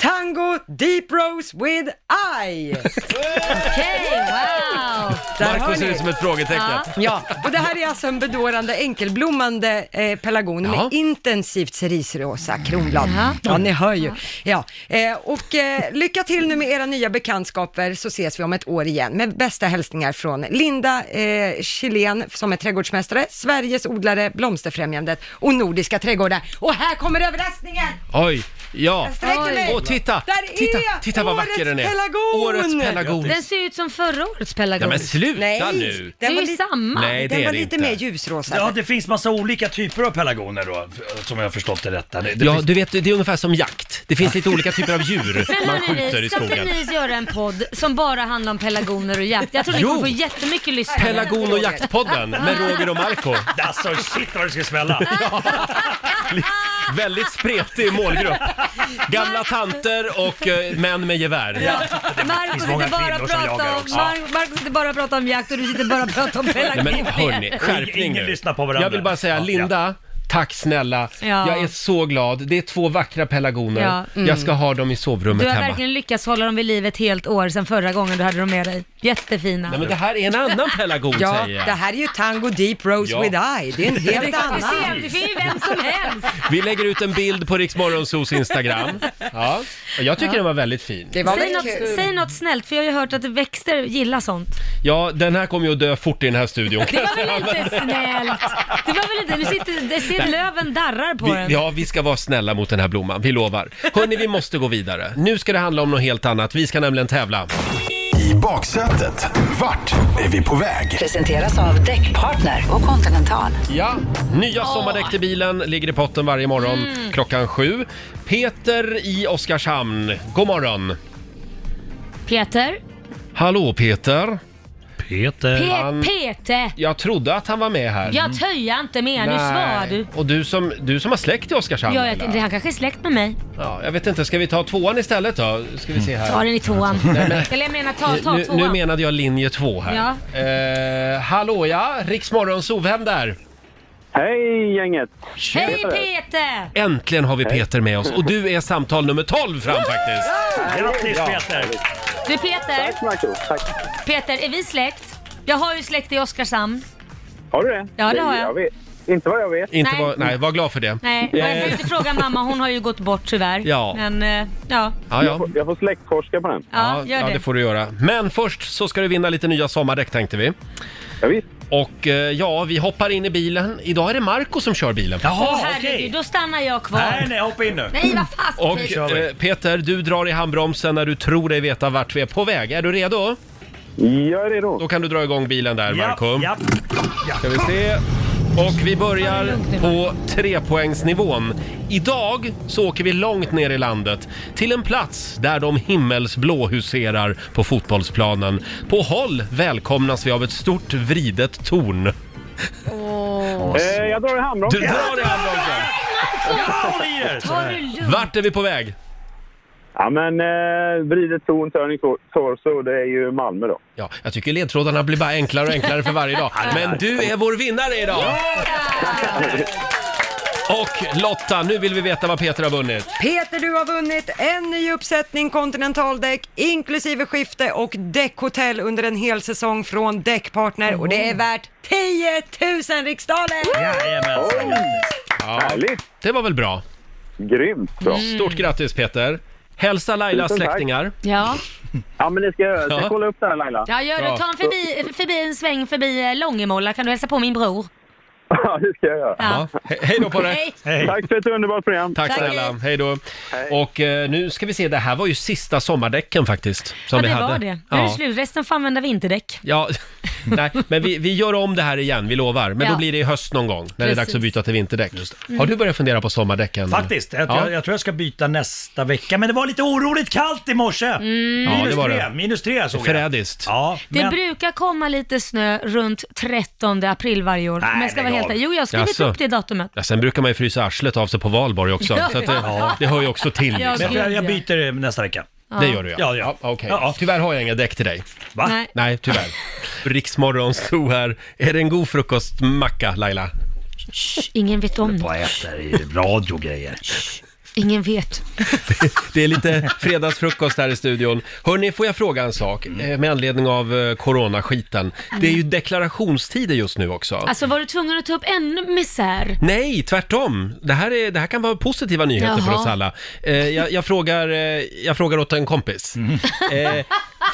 Speaker 3: Tango Deep Rose with I.
Speaker 2: Okej, wow.
Speaker 3: Där
Speaker 1: Marco
Speaker 3: hör
Speaker 1: ser
Speaker 3: ni.
Speaker 1: ut som ett frågetecken.
Speaker 3: Ja, och det här är alltså en bedårande enkelblommande eh, pelargon
Speaker 1: Ja.
Speaker 3: med intensivt cerisrosa kronblad.
Speaker 2: Ja.
Speaker 3: Ja, ni hör ju. Ja, eh, och eh, lycka till nu med era nya bekantskaper så ses vi om ett år igen. Med bästa hälsningar från Linda eh, Kilén som är trädgårdsmästare, Sveriges odlare, Blomsterfrämjandet och Nordiska trädgårdar. Och här kommer överraskningen!
Speaker 1: Oj, ja.
Speaker 3: Jag sträcker
Speaker 2: Oj.
Speaker 3: mig.
Speaker 1: Åh, titta!
Speaker 3: Där är
Speaker 1: Titta, titta vad vacker
Speaker 3: årets
Speaker 1: den är!
Speaker 3: pelargon.
Speaker 1: Årets pelargon!
Speaker 2: Den ser ut som förra årets
Speaker 1: Nej
Speaker 2: pelargon.
Speaker 1: men sluta
Speaker 3: Nej,
Speaker 1: nu!
Speaker 2: det är
Speaker 3: den var
Speaker 2: ju
Speaker 3: lite,
Speaker 2: samma.
Speaker 1: Nej, det
Speaker 3: den
Speaker 1: är
Speaker 3: var
Speaker 1: det
Speaker 3: lite
Speaker 1: inte.
Speaker 3: mer ljusrosa.
Speaker 8: Ja, det finns massa olika typer av pelargoner då, som jag har förstått det rätt. Det, det
Speaker 1: Ja,
Speaker 8: finns...
Speaker 1: du vet, det är ungefär som jakt. Det finns lite olika typer av djur
Speaker 2: Men
Speaker 1: man
Speaker 2: hörni,
Speaker 1: skjuter i
Speaker 2: ska inte
Speaker 1: skogen.
Speaker 2: ni göra en podd som bara handlar om pelargoner och jakt? Jag tror ni
Speaker 1: Jo.
Speaker 2: kommer få jättemycket lyssnare. Ah.
Speaker 1: Pelargon och jaktpodden med Roger och Marco
Speaker 8: Alltså shit vad det ska smälla!
Speaker 1: Väldigt spretig målgrupp. Gamla tanter och eh, män med gevär.
Speaker 2: Marco
Speaker 8: finns
Speaker 2: sitter
Speaker 8: många
Speaker 2: bara
Speaker 8: kvinnor
Speaker 2: och
Speaker 8: som
Speaker 2: pratar
Speaker 8: jagar
Speaker 2: om,
Speaker 8: också.
Speaker 2: Mar- Marco sitter bara och pratar om jakt och du sitter bara och pratar om
Speaker 1: Nej, men
Speaker 2: pelargoner.
Speaker 1: hörni, skärpning
Speaker 8: Ingen
Speaker 1: nu.
Speaker 8: lyssnar på varandra.
Speaker 1: Jag vill bara säga,
Speaker 8: Ja,
Speaker 1: Linda, Tack snälla.
Speaker 9: Ja.
Speaker 1: Jag är så glad. Det är två vackra pelargoner.
Speaker 9: Ja, mm.
Speaker 1: Jag ska ha dem i sovrummet
Speaker 9: Du har
Speaker 1: hemma.
Speaker 9: verkligen lyckats hålla dem vid liv ett helt år sedan förra gången du hade dem med dig. Jättefina.
Speaker 1: Nej, men det här är en annan pelargon
Speaker 3: Ja,
Speaker 1: säger jag.
Speaker 3: det här är ju tango deep rose
Speaker 1: Ja.
Speaker 3: with I. Det är en helt
Speaker 9: Vi
Speaker 3: annan.
Speaker 9: ser, det finns ju vem som helst.
Speaker 1: Vi lägger ut en bild på Riksmorgonsos Instagram. Ja, och jag tycker den var väldigt fin.
Speaker 3: Det var
Speaker 9: Säg
Speaker 3: väl
Speaker 9: något,
Speaker 3: kul.
Speaker 9: säg något snällt, för jag har ju hört att växter gillar sånt.
Speaker 1: Ja, den här kommer ju att dö fort i den här studion.
Speaker 9: Det var väl inte snällt? Det var väl inte, nu sitter, det ser löven darrar på
Speaker 1: Vi,
Speaker 9: den.
Speaker 1: ja, vi ska vara snälla mot den här blomman, vi lovar. Hörni, vi måste gå vidare. Nu ska det handla om något helt annat. Vi ska nämligen tävla.
Speaker 10: I baksätet, vart är vi på väg?
Speaker 7: Presenteras av Däckpartner och Continental.
Speaker 1: Ja, nya sommardäck till bilen ligger i potten varje morgon
Speaker 2: Mm.
Speaker 1: klockan sju. Peter i Oskarshamn, god morgon.
Speaker 2: Peter?
Speaker 1: Hallå Peter.
Speaker 2: Pe
Speaker 1: Eh,
Speaker 8: Peter.
Speaker 2: Peter!
Speaker 1: Jag trodde att han var med här.
Speaker 2: Jag töjar inte mer, nu svarar du.
Speaker 1: Och du som, du som har släkt i Oskarshamn
Speaker 2: Ja,
Speaker 1: eller?
Speaker 2: jag, han kanske är släkt med mig.
Speaker 1: Ja, jag vet inte, ska vi ta tvåan istället då? Ska vi se
Speaker 2: Ta
Speaker 1: här.
Speaker 2: den i tvåan. Eller jag menar, ta, ta
Speaker 1: Nu, nu
Speaker 2: tvåan.
Speaker 1: menade jag linje två här. Eh, hallå ja, Riksmorgon Sovhem där.
Speaker 11: Hej gänget!
Speaker 2: Hej Peter!
Speaker 1: Äntligen har vi Peter med oss och du är samtal nummer 12 fram faktiskt.
Speaker 8: Grattis Peter!
Speaker 2: Du Peter,
Speaker 11: Marco, tack.
Speaker 2: Peter, är vi släkt? Jag har ju släkt i Oskarshamn.
Speaker 11: Har du det?
Speaker 2: Ja, det har jag.
Speaker 11: vet. Inte vad jag vet.
Speaker 1: Inte
Speaker 2: Nej.
Speaker 1: Var, nej, var glad för det.
Speaker 2: Nej, och jag tänkte fråga mamma, hon har ju gått bort tyvärr.
Speaker 1: Eh. Ja.
Speaker 2: Men eh, ja,
Speaker 1: Ja,
Speaker 11: Jag
Speaker 1: ja.
Speaker 11: får, jag får släktforska på den.
Speaker 2: ja, gör
Speaker 1: ja,
Speaker 2: det.
Speaker 1: det får du göra. Men först så ska du vinna lite nya sommardäck tänkte vi.
Speaker 11: Ja, visst.
Speaker 1: Och eh, ja, vi hoppar in i bilen. Idag är det Marco som kör bilen.
Speaker 8: Jaha,
Speaker 2: Åh herregud,
Speaker 8: okej.
Speaker 2: då stannar jag kvar.
Speaker 8: Nej, nej, hoppa in nu.
Speaker 2: Nej, vad fast
Speaker 1: Och
Speaker 2: Peter.
Speaker 8: kör vi.
Speaker 1: eh, Peter, du drar i handbromsen när du tror dig veta vart vi är på väg. Är du redo?
Speaker 11: Jag är redo.
Speaker 1: Då kan du dra igång bilen där, Marco.
Speaker 8: ja.
Speaker 1: Ska vi se. Och vi börjar på trepoängsnivån. Idag så åker vi långt ner i landet till en plats där de himmelsblå huserar på fotbollsplanen. På håll välkomnas vi av ett stort vridet torn.
Speaker 11: Eh, jag drar i
Speaker 1: Du
Speaker 11: handbromsen.
Speaker 1: drar i handbromsen!
Speaker 8: Håll i er!
Speaker 2: Ta det lugnt.
Speaker 1: Vart är vi på väg?
Speaker 11: Ja, men eh, vridet torn, törning, tor- torso, det är ju Malmö då.
Speaker 1: Ja, jag tycker ledtrådarna blir bara enklare och enklare för varje dag. Men du är vår vinnare idag! Och Lotta, nu vill vi veta vad Peter har vunnit.
Speaker 3: Peter, du har vunnit en ny uppsättning kontinentaldäck inklusive skifte och däckhotell under en hel säsong från Däckpartner och det är värt 10 000 riksdaler!
Speaker 8: Jajamensan.
Speaker 11: Härligt!
Speaker 1: Det var väl bra? Mm.
Speaker 11: Grymt bra.
Speaker 1: Stort grattis Peter! Hälsa Lailas
Speaker 11: Tusen tack.
Speaker 1: släktingar.
Speaker 2: Ja,
Speaker 11: Ja, men det ska jag göra. Jag
Speaker 1: Ja.
Speaker 11: ska kolla upp det här Laila.
Speaker 2: ja gör
Speaker 1: Bra.
Speaker 2: det. Ta en, förbi, förbi, en sväng förbi eh, Långemåla, kan du hälsa på min bror?
Speaker 11: Ja, det ska jag göra.
Speaker 1: Ja. He- hej då på dig!
Speaker 2: Hej.
Speaker 8: Hej.
Speaker 11: Tack för ett underbart program.
Speaker 1: Tack
Speaker 2: Tack.
Speaker 1: snälla, hej då. Och eh, nu ska vi se, det här var ju sista sommardäcken faktiskt. Som
Speaker 2: Ja,
Speaker 1: vi
Speaker 2: det
Speaker 1: hade.
Speaker 2: var det. Nu är det
Speaker 1: Ja.
Speaker 2: slut. Resten får använda vinterdäck.
Speaker 1: Ja, nej, men vi, vi gör om det här igen, vi lovar. Men då
Speaker 2: Ja.
Speaker 1: blir det i höst någon gång, när det är dags
Speaker 2: Precis.
Speaker 1: att byta till vinterdäck. Har du börjat fundera på sommardäcken?
Speaker 8: Faktiskt, jag,
Speaker 1: Ja.
Speaker 8: jag, jag tror jag ska byta nästa vecka. Men det var lite oroligt kallt i morse.
Speaker 1: Ja, det
Speaker 8: Minus
Speaker 1: var
Speaker 8: tre,
Speaker 1: det.
Speaker 8: minus tre såg jag.
Speaker 1: Förrädiskt.
Speaker 8: Ja,
Speaker 2: Mm. Det
Speaker 8: men...
Speaker 2: brukar komma lite snö runt 13 april varje år.
Speaker 8: Nej,
Speaker 2: men jag ska
Speaker 8: lägg
Speaker 2: vara helt
Speaker 8: av.
Speaker 2: Jo, jag har skrivit
Speaker 1: Jaså?
Speaker 2: upp det datumet.
Speaker 1: Ja, sen brukar man ju frysa arslet av sig på valborg också, så att det, det hör ju också till.
Speaker 2: Ja,
Speaker 1: Liksom.
Speaker 8: Men jag, jag byter eh, nästa vecka.
Speaker 1: Det gör du ja.
Speaker 8: Ja, ja.
Speaker 1: okej.
Speaker 8: Ja, ja.
Speaker 1: Tyvärr har jag inga däck till dig.
Speaker 8: Va?
Speaker 2: Nej.
Speaker 1: Nej, tyvärr. Riksmorgon så här. Är det en god frukostmacka, Laila?
Speaker 2: Shh, ingen vet om det.
Speaker 8: Vad äter i radio och grejer?
Speaker 2: Ingen vet.
Speaker 1: Det är lite fredagsfrukost här i studion. Hörni, får jag fråga en sak
Speaker 2: Mm.
Speaker 1: eh, med anledning av eh, coronaskiten? Det är ju deklarationstider just nu också.
Speaker 2: Alltså var du tvungen att ta upp ännu misär?
Speaker 1: Nej, tvärtom. Det här, är, det här kan vara positiva nyheter för
Speaker 2: Jaha.
Speaker 1: oss alla. Eh, jag, jag, frågar, eh, jag frågar åt en kompis.
Speaker 2: Mm.
Speaker 1: Eh,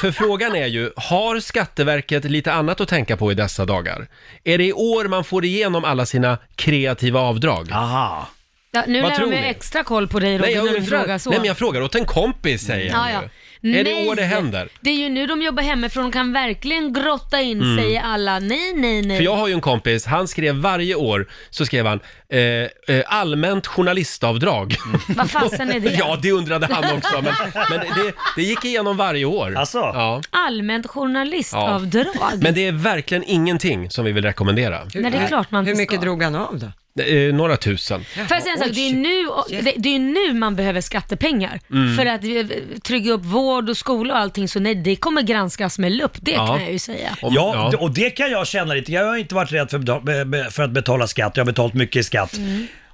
Speaker 1: för frågan är ju, har Skatteverket lite annat att tänka på i dessa dagar? Är det i år man får igenom alla sina kreativa avdrag?
Speaker 8: Aha.
Speaker 2: Ja, nu
Speaker 1: Vad
Speaker 2: lär
Speaker 1: tror
Speaker 2: de ju
Speaker 1: ni?
Speaker 2: extra koll på dig
Speaker 1: Nej,
Speaker 2: Roger
Speaker 1: jag
Speaker 2: när du
Speaker 1: undrar.
Speaker 2: frågar så.
Speaker 1: Nej, men jag frågar åt en kompis säger
Speaker 2: Mm. Ja,
Speaker 1: han
Speaker 2: ja.
Speaker 1: ju. Är det
Speaker 2: Nej.
Speaker 1: i år det händer?
Speaker 2: Det är ju nu de jobbar hemifrån och kan verkligen grotta in sig i alla nej, nej, nej.
Speaker 1: Mm. För jag har ju en kompis, han skrev varje år, så skrev han eh, eh, allmänt journalistavdrag.
Speaker 2: Mm. Vad fasen är det?
Speaker 1: ja, det undrade han också, men, men det, det gick igenom varje år.
Speaker 8: Asså?
Speaker 1: Ja.
Speaker 2: Allmänt journalistavdrag.
Speaker 1: Men det är verkligen ingenting som vi vill rekommendera.
Speaker 2: Nej, det är klart man
Speaker 3: Hur
Speaker 2: inte
Speaker 3: mycket
Speaker 2: ska.
Speaker 3: drog han av då?
Speaker 1: Eh, några tusen.
Speaker 12: Får jag säga en sak? Det är, nu, det, det är nu man behöver skattepengar.
Speaker 1: Mm.
Speaker 12: För att eh, trygga upp vård och skola och allting. Så nej, det kommer granskas med lupp. Det kan jag ju säga.
Speaker 8: ja, och det kan jag känna lite. Jag har inte varit rädd för, beta- be- be- för att betala skatt. Jag har betalat mycket i skatt.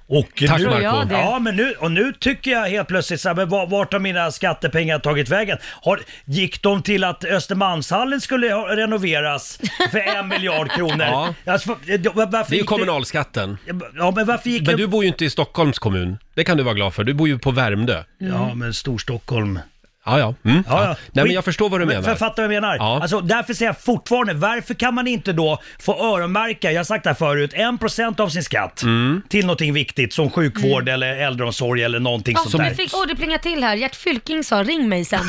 Speaker 8: Och
Speaker 12: Mm. Tack,
Speaker 8: nu,
Speaker 12: Tror jag Marco. det.
Speaker 8: Ja, men nu, och nu tycker jag helt plötsligt så här, men va- vart har mina skattepengar tagit vägen? Har, gick de till att Östermalmshallen skulle ha- renoveras för en miljard kronor?
Speaker 1: Ja.
Speaker 8: Alltså, va- va- varför
Speaker 1: Det är ju
Speaker 8: gick
Speaker 1: kommunalskatten.
Speaker 8: Ja, men varför gick
Speaker 1: Men
Speaker 8: det-
Speaker 1: du bor ju inte i Stockholms kommun. Det kan du vara glad för. Du bor ju på Värmdö.
Speaker 8: Ja, men Storstockholm.
Speaker 1: Ja, ja. Mm.
Speaker 8: Ja, ja.
Speaker 1: Nej, men jag förstår vad du
Speaker 8: Men-
Speaker 1: menar.
Speaker 8: för Jag fattar vad jag menar.
Speaker 1: Ja.
Speaker 8: Alltså, därför säger jag fortfarande, varför kan man inte då få öronmärka, jag har sagt det här förut, 1% av sin skatt
Speaker 1: Mm.
Speaker 8: till någonting viktigt som sjukvård eller äldreomsorg eller någonting
Speaker 12: Mm. Ja,
Speaker 8: sånt där.
Speaker 12: vi fick, åh, det plingar till här. Gert Fylking sa ring mig sen.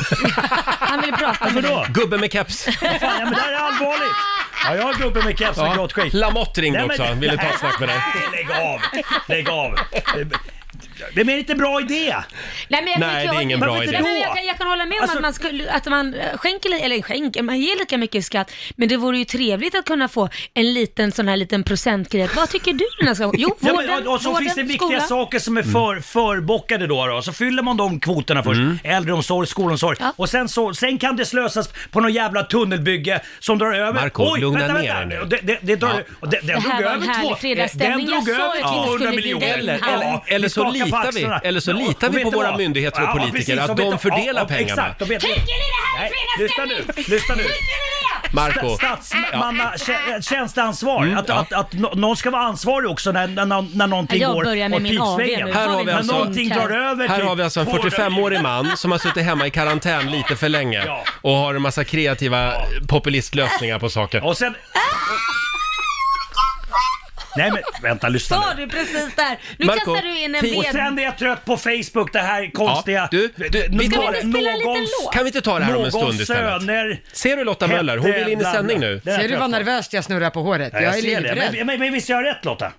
Speaker 12: Han ville prata med dig.
Speaker 1: Gubben med keps.
Speaker 8: Fan, ja, men det här är allvarligt. Ja, jag har gubben med keps och
Speaker 1: Ja.
Speaker 8: grått Alltså, skit.
Speaker 1: Lamotte ringde
Speaker 8: Nej, men-
Speaker 1: också, ville ta ett snack med dig.
Speaker 8: Nej, lägg av. Lägg av. Det är inte en bra idé.
Speaker 12: Nej, men jag,
Speaker 8: Nej,
Speaker 12: jag,
Speaker 8: det är ingen
Speaker 12: jag,
Speaker 8: bra idé.
Speaker 12: Nej, men jag, kan- jag kan hålla med om
Speaker 8: Alltså-
Speaker 12: att man, skulle, att man eh, skänker, li- eller skänker, man ger lika mycket i skatt. Men det vore ju trevligt att kunna få en liten sån här liten procentgrej. Vad tycker du den här ska Jo,
Speaker 8: Ja,
Speaker 12: vården,
Speaker 8: men, och, och så
Speaker 12: vården,
Speaker 8: finns det
Speaker 12: skola.
Speaker 8: viktiga saker som är
Speaker 1: Mm.
Speaker 8: för, förbockade då, då. Så fyller man de kvoterna först.
Speaker 1: Mm.
Speaker 8: Äldreomsorg, skolomsorg. Och sen, så, sen kan det slösas på någon jävla tunnelbygge som drar över...
Speaker 1: Marco, lugna ner dig nu.
Speaker 8: Och Det, det, det, drar,
Speaker 1: Ja.
Speaker 8: och det, det,
Speaker 12: Det här
Speaker 8: drog
Speaker 12: var en
Speaker 8: över
Speaker 12: härlig
Speaker 8: två,
Speaker 12: fredagsstämning.
Speaker 8: den drog
Speaker 12: Jag sa
Speaker 8: över
Speaker 12: ju att vi
Speaker 8: 200
Speaker 12: skulle
Speaker 8: miljoner.
Speaker 12: bjuda in här.
Speaker 8: Ja,
Speaker 1: Eller så
Speaker 8: skakar på
Speaker 1: litar vi-
Speaker 8: axlarna.
Speaker 1: eller så
Speaker 8: Ja,
Speaker 1: litar vi
Speaker 8: vet
Speaker 1: på
Speaker 8: du
Speaker 1: våra
Speaker 8: vad?
Speaker 1: myndigheter och
Speaker 8: Ja,
Speaker 1: politiker,
Speaker 8: precis,
Speaker 1: att
Speaker 8: och
Speaker 1: de
Speaker 8: vet du-
Speaker 1: fördelar
Speaker 8: ja, och-
Speaker 1: pengarna.
Speaker 8: Exakt, och vet du-
Speaker 12: Tycker ni det här är
Speaker 8: Nej, lyssna
Speaker 12: fredagsstämning?
Speaker 8: nu, lyssna nu.
Speaker 1: Marco.
Speaker 8: Statsmanna, tjä- tjänsteansvar.
Speaker 1: Mm,
Speaker 8: att,
Speaker 1: ja.
Speaker 8: att, att nå- någon ska vara ansvarig också när, när, när, när någonting
Speaker 12: Jag
Speaker 8: går
Speaker 12: börjar med
Speaker 8: åt
Speaker 12: min AV
Speaker 8: pipsvängen.
Speaker 12: nu.
Speaker 1: Här har vi
Speaker 8: När
Speaker 1: alltså-
Speaker 8: någonting drar över
Speaker 1: Här
Speaker 8: typ
Speaker 1: har vi alltså en
Speaker 8: 200
Speaker 1: 45-årig man som har suttit hemma i karantän lite för länge och har en massa kreativa populistlösningar på saker.
Speaker 8: Och sen... Nej men vänta, lyssna
Speaker 12: Sa du precis där? Nu
Speaker 1: Marco,
Speaker 12: kastar du in en
Speaker 8: Och sen
Speaker 12: ved.
Speaker 8: är jag trött på Facebook, det här konstiga...
Speaker 1: Ja, du, du, vi
Speaker 8: Någon-
Speaker 1: tar det.
Speaker 12: någons- låt?
Speaker 1: Kan vi inte ta det här om en stund istället?
Speaker 8: Någons söner...
Speaker 1: Ser du Lotta Möller? Hon vill in i
Speaker 8: hette
Speaker 1: sändning nu.
Speaker 8: bland- Den är
Speaker 3: Ser du
Speaker 8: trött
Speaker 3: vad
Speaker 8: på.
Speaker 3: nervöst jag snurrar på håret?
Speaker 8: Ja,
Speaker 3: jag är
Speaker 8: ser det.
Speaker 3: livrädd.
Speaker 8: Men, men, men visst har jag rätt Lotta?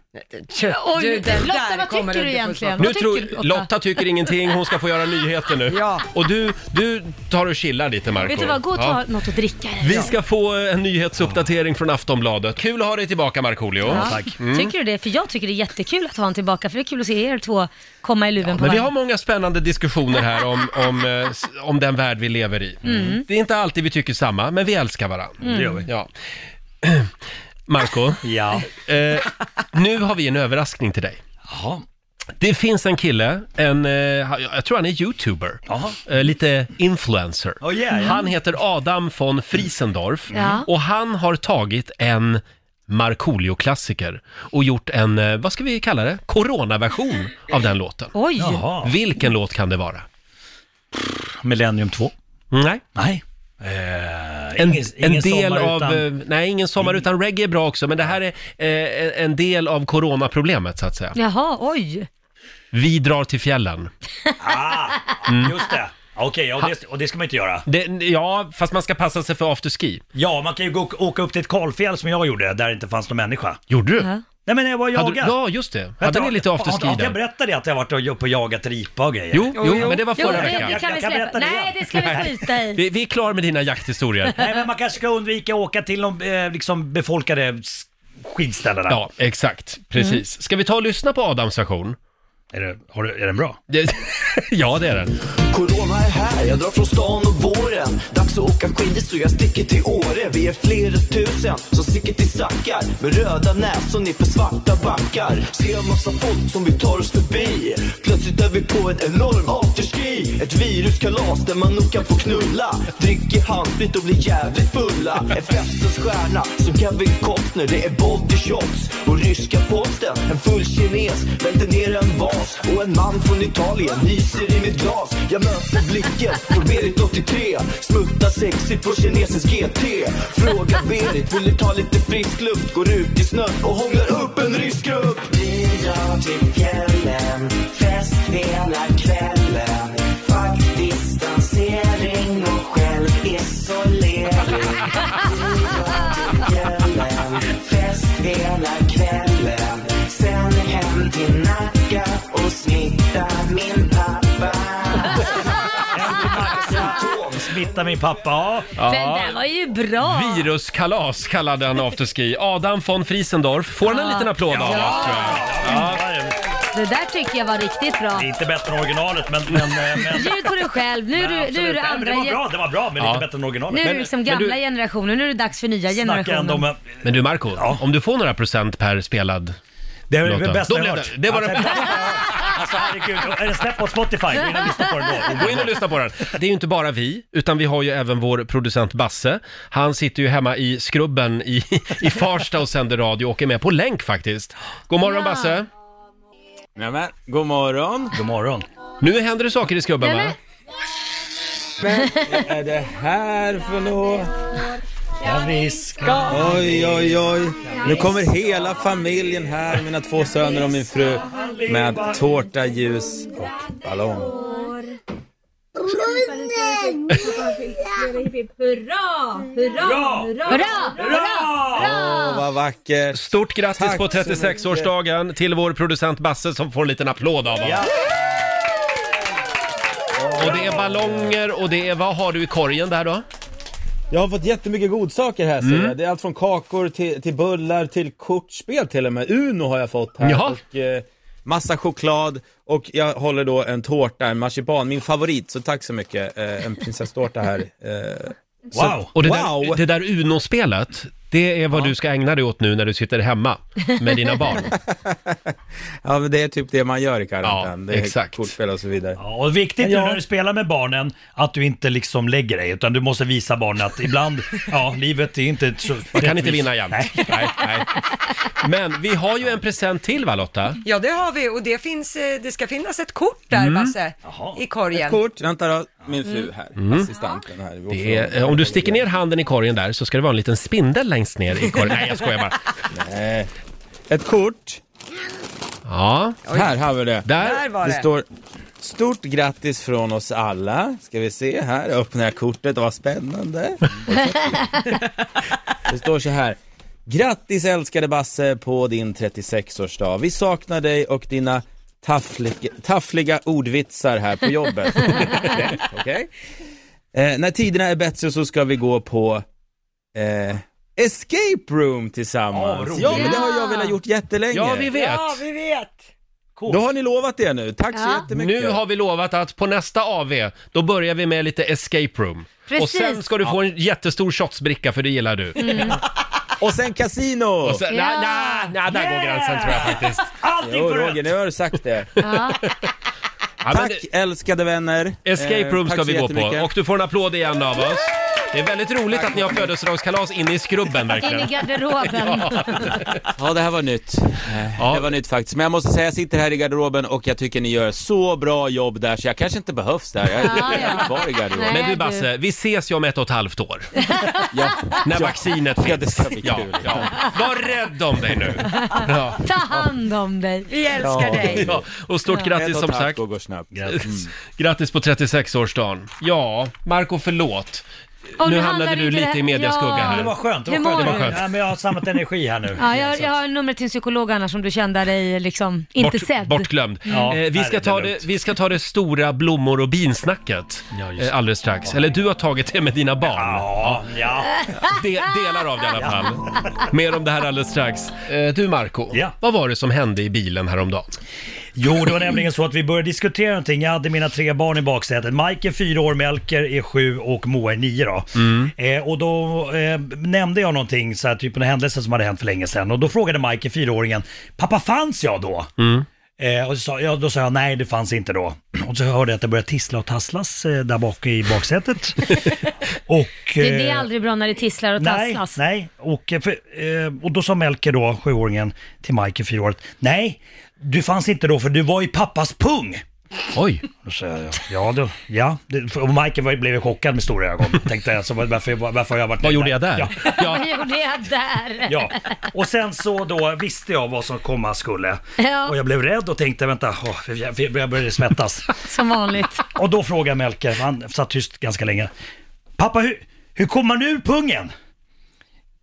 Speaker 3: Tjö,
Speaker 12: Oj,
Speaker 3: du, den
Speaker 12: Lotta,
Speaker 3: där
Speaker 12: vad
Speaker 3: kommer
Speaker 12: tycker
Speaker 3: du
Speaker 12: du
Speaker 3: inte få
Speaker 12: egentligen?
Speaker 3: svar på.
Speaker 1: Nu
Speaker 12: Vad tycker du,
Speaker 1: tror
Speaker 12: Lotta?
Speaker 1: Lotta tycker ingenting, hon ska få göra nyheter nu.
Speaker 3: Ja.
Speaker 1: Och du, du tar och chillar lite Marco.
Speaker 12: Vet du vad, gå och ta
Speaker 1: Ja.
Speaker 12: något att dricka.
Speaker 1: Vi ska få en nyhetsuppdatering från Aftonbladet. Kul att ha dig tillbaka Markoolio.
Speaker 12: Ja.
Speaker 1: Mm.
Speaker 13: Mm.
Speaker 12: Tycker du det? För jag tycker det är jättekul att ha honom tillbaka, för det är kul att se er två komma i luven på
Speaker 1: Men vi har
Speaker 12: varandra.
Speaker 1: många spännande diskussioner här om, om, eh, s- om den värld vi lever i.
Speaker 12: Mm.
Speaker 1: Det är inte alltid vi tycker samma, men vi älskar varandra.
Speaker 12: Mm. Det gör vi.
Speaker 1: Ja. Marco,
Speaker 8: ja.
Speaker 1: eh, nu har vi en överraskning till dig. Det finns en kille, en, eh, jag tror han är youtuber, eh, lite influencer.
Speaker 8: Oh, yeah, yeah.
Speaker 1: Han heter Adam von Friesendorf
Speaker 12: Ja.
Speaker 1: och han har tagit en Markoolio-klassiker och gjort en, eh, vad ska vi kalla det, coronaversion av den låten.
Speaker 12: Oj!
Speaker 8: Jaha.
Speaker 1: Vilken låt kan det vara?
Speaker 8: Millennium 2?
Speaker 1: Nej. Eh,
Speaker 8: Nej.
Speaker 1: en,
Speaker 8: ingen- ingen
Speaker 1: en del
Speaker 8: sommar
Speaker 1: av,
Speaker 8: utan-
Speaker 1: eh, nej ingen sommar utan reggae är bra också, men det här är eh, en- en del av coronaproblemet så att säga.
Speaker 12: Jaha, oj.
Speaker 1: Vi drar till fjällen. Mm.
Speaker 8: Ah, Just det. Okej, och, det, och det ska man inte göra.
Speaker 1: Det, ja, fast man ska passa sig för afterski.
Speaker 8: Ja, man kan ju gå, åka upp till ett kalfjäll som jag gjorde, där det inte fanns någon människa.
Speaker 1: Gjorde du?
Speaker 8: Nej men jag var och
Speaker 1: Hade du-
Speaker 8: jagad.
Speaker 1: ja, just det. Hade ni lite afterski
Speaker 8: där?
Speaker 1: där?
Speaker 8: Jag berättade att jag varit uppe och jagat ripa och grejer.
Speaker 1: Jo, jo, men det var
Speaker 12: Jo,
Speaker 1: förra
Speaker 12: det, det
Speaker 1: veckan.
Speaker 12: kan vi
Speaker 8: Jag kan
Speaker 12: släppa.
Speaker 8: berätta det
Speaker 12: Nej,
Speaker 8: igen.
Speaker 12: det ska vi skita i.
Speaker 1: Vi, vi är klara med dina jakthistorier.
Speaker 8: Nej men man kanske ska undvika att åka till de eh, liksom befolkade s- skidställena.
Speaker 1: Ja, exakt.
Speaker 12: Mm.
Speaker 1: Precis. Ska vi ta och lyssna på Adams version?
Speaker 8: Är, det, har du, är den bra?
Speaker 1: Det- Ja, det är den.
Speaker 14: Corona är här, jag drar från stan och våren Dags att åka skidor så jag sticker till Åre Vi är flera tusen som sticker till Sackar Med röda näsor nerför svarta backar Ser en massa folk som vi tar oss förbi Plötsligt är vi på en enorm afterski Ett viruskalas där man nog kan få knulla Dricker handsprit och blir jävligt fulla Är festens stjärna som Kevin Costner Det är body shots och ryska posten En full kines välter ner en vas Och en man från Italien nyser i mitt glas Jag möter blicken från Berit 83 Smuttar sexigt på kinesisk GT Frågar Berit, vill du ta lite frisk luft? Går ut i snön och hånglar upp en rysk grupp Vi drar till fjällen, fest hela kvällen Fackdistansering och självisolering kvällen, fest hela kvällen. Sen hem till Nacka och smitta min pappa.
Speaker 8: Smitta berättar min pappa. Ja.
Speaker 12: Den där var ju bra.
Speaker 1: Viruskalas kallade han afterski. Adam von Friesendorf. Får han en
Speaker 12: Ja.
Speaker 1: liten applåd av oss tror jag?
Speaker 12: Det där tycker jag var riktigt bra.
Speaker 8: Det är inte bättre än originalet men... men, eh, men
Speaker 12: Ljud på dig själv. Nu är du, nu är du andra
Speaker 8: det var bra,
Speaker 12: gen-
Speaker 8: det var bra men inte bättre än originalet.
Speaker 12: Nu är du liksom gamla generationen, nu är det dags för nya generationen.
Speaker 1: Men du Marco, om du får några procent per spelad Det
Speaker 8: är det bästa jag
Speaker 1: jag
Speaker 8: hört.
Speaker 1: Det var det
Speaker 8: Alltså herregud, är det släpp på Spotify? Gå in och lyssna på den då.
Speaker 1: Gå in och lyssna på den. Det är ju inte bara vi, utan vi har ju även vår producent Basse. Han sitter ju hemma i skrubben i, i Farsta och sänder radio och är med på länk faktiskt. God morgon
Speaker 12: Ja.
Speaker 1: Basse!
Speaker 13: Nämen, god morgon!
Speaker 8: God morgon!
Speaker 1: Nu händer det saker i skrubben va?
Speaker 13: Nämen. Men vad är det här för något?
Speaker 8: Ja, vi ska...
Speaker 13: Oj, oj, oj. Nu kommer hela familjen här, mina två söner och min fru, med tårta, ljus och ballong.
Speaker 12: Hurra! Hurra! Hurra!
Speaker 1: Åh,
Speaker 13: vad vackert!
Speaker 1: Stort grattis
Speaker 13: Tack
Speaker 1: på
Speaker 13: så mycket.
Speaker 1: 36-årsdagen till vår producent Basse som får en liten applåd av oss. Och det är ballonger och det är, vad har du i korgen där då?
Speaker 13: Jag har fått jättemycket godsaker här ser
Speaker 1: Mm.
Speaker 13: jag. Det är allt från kakor till, till bullar till kortspel till och med. Uno har jag fått här.
Speaker 1: Jaha.
Speaker 13: Och eh, massa choklad och jag håller då en tårta, en marsipan, min favorit. Så tack så mycket. Eh, en prinsesstårta här. Eh,
Speaker 1: Så- Och det, där, det där Uno-spelet, det är vad du ska ägna dig åt nu när du sitter hemma med dina barn.
Speaker 13: Ja, men det är typ det man gör i karantän. det är
Speaker 1: exakt.
Speaker 13: kortspel och så vidare.
Speaker 8: Ja, och viktigt
Speaker 13: Men
Speaker 8: nu
Speaker 13: jag-
Speaker 8: när du spelar med barnen att du inte liksom lägger dig utan du måste visa barnen att ibland, ja, livet är inte så
Speaker 1: Man kan inte
Speaker 8: rättvist.
Speaker 1: vinna jämt. Nej. Nej, Men vi har ju en present till va Lotta?
Speaker 3: Ja, det har vi och det, finns, eh, det ska finnas ett kort där,
Speaker 1: Mm.
Speaker 3: Basse, i korgen.
Speaker 13: Ett kort, vänta då, min fru här,
Speaker 1: Mm.
Speaker 13: assistenten här. Vår
Speaker 1: Det är,
Speaker 13: fru.
Speaker 1: eh, om du sticker ner handen i korgen där så ska det vara en liten spindel längst ner i korgen. Nej, jag skojar bara.
Speaker 13: Nej. Ett kort.
Speaker 1: Ja.
Speaker 13: Här har vi det.
Speaker 1: Där. Där var
Speaker 13: det.
Speaker 1: det.
Speaker 13: står stort grattis från oss alla. Ska vi se här, öppnar jag kortet, vad spännande. Det står så här. Grattis älskade Basse på din 36-årsdag. Vi saknar dig och dina taffliga, taffliga ordvitsar här på jobbet. Okej? eh, när tiderna är bättre så ska vi gå på eh, Escape Room tillsammans. ja, men det har jag velat gjort jättelänge.
Speaker 3: Ja, vi vet.
Speaker 13: Då har ni lovat det nu. Tack så jättemycket.
Speaker 1: Nu har vi lovat att på nästa AV då börjar vi med lite escape room. Och
Speaker 13: Precis.
Speaker 1: sen ska du få en jättestor shotsbricka för det gillar du.
Speaker 13: Och sen kasino!
Speaker 1: Och sen, nej, nej, nej, där går gränsen tror jag faktiskt.
Speaker 13: Allting jo, Roger, nu har du sagt det.
Speaker 1: men
Speaker 13: Tack älskade vänner.
Speaker 1: Escape
Speaker 13: Eh,
Speaker 1: room
Speaker 13: tack
Speaker 1: ska
Speaker 13: så
Speaker 1: vi gå på
Speaker 13: jättemycket.
Speaker 1: och du får en applåd igen av oss. Det är väldigt roligt att ni har födelsedagskalas inne i skrubben verkligen.
Speaker 12: In i garderoben.
Speaker 13: Ja, det här var nytt. Eh, Det var nytt faktiskt. Men jag måste säga, jag sitter här i garderoben och jag tycker ni gör så bra jobb där så jag kanske inte behövs där. Jag, jag är kvar i garderoben.
Speaker 1: Men du Basse, vi ses ju om ett och ett halvt år. När vaccinet finns. Ja, det ska bli kul. Ja, Var rädd om dig nu. Ja.
Speaker 12: Ta hand om dig.
Speaker 3: Vi
Speaker 1: Ja, och stort
Speaker 13: Ett
Speaker 1: grattis
Speaker 13: och
Speaker 1: som
Speaker 13: ett halvt
Speaker 1: sagt.
Speaker 13: år går snabbt. Mm.
Speaker 1: Grattis på 36-årsdagen. Ja, Marco förlåt.
Speaker 12: Och
Speaker 1: nu
Speaker 12: nu
Speaker 1: hamnade
Speaker 12: handlar
Speaker 1: du
Speaker 12: det
Speaker 1: lite
Speaker 12: där-
Speaker 1: i mediaskugga
Speaker 12: ja.
Speaker 1: här.
Speaker 12: Det var skönt, det var Hur skönt.
Speaker 8: Det
Speaker 12: mår du?
Speaker 8: var skönt. Ja, men jag har samlat energi här nu.
Speaker 12: Ja, jag, jag har numret till en psykolog annars om du kände dig liksom inte
Speaker 1: Bort,
Speaker 12: sedd.
Speaker 1: bortglömd.
Speaker 12: Mm. Ja,
Speaker 1: eh, vi,
Speaker 12: nej,
Speaker 1: ska
Speaker 12: det är
Speaker 1: ta
Speaker 12: lugnt.
Speaker 1: det, vi ska ta det stora blommor och binsnacket eh, alldeles strax. Eller du har tagit det med dina barn. Ja,
Speaker 8: ja.
Speaker 1: De, delar av det i alla fall. Mer om det här alldeles strax. Eh, du Marco, vad var det som hände i bilen häromdagen?
Speaker 8: Jo, det var nämligen så att vi började diskutera någonting. Jag hade mina tre barn i baksätet. Mike är fyra år, Melker är sju och Moa är nio då.
Speaker 1: Mm.
Speaker 8: Eh, och då eh, nämnde jag någonting, så här, typ en händelse som hade hänt för länge sedan. Och då frågade Mike, fyraåringen, pappa fanns jag då?
Speaker 1: Mm.
Speaker 8: Eh, och så, sa- ja, då sa jag nej, det fanns inte då. Och så hörde jag att det började tissla och tasslas eh, där bak i baksätet. och,
Speaker 12: Det, det är
Speaker 8: eh,
Speaker 12: aldrig bra när det tisslar och
Speaker 8: Nej,
Speaker 12: tasslas.
Speaker 8: nej. Och, eh, för, eh, och då sa Melker då, sjuåringen, till Mike, fyraåret, nej, du fanns inte då för du var i pappas pung.
Speaker 1: Oj!
Speaker 8: Då sa jag, ja, då, ja. Det, för- och Mike var, blev ju chockad med stora ögon. Tänkte jag, så var- varför, varför har jag varit Vad gjorde jag där? Ja, ja,
Speaker 12: Vad gjorde jag där?
Speaker 8: ja. Och sen så då visste jag vad som komma skulle.
Speaker 12: Ja.
Speaker 8: Och jag blev rädd och tänkte, vänta, åh, jag, jag började svettas.
Speaker 12: Som vanligt.
Speaker 8: Och då frågar Melker, för han satt tyst ganska länge. Pappa, hur, hur kommer man ur pungen?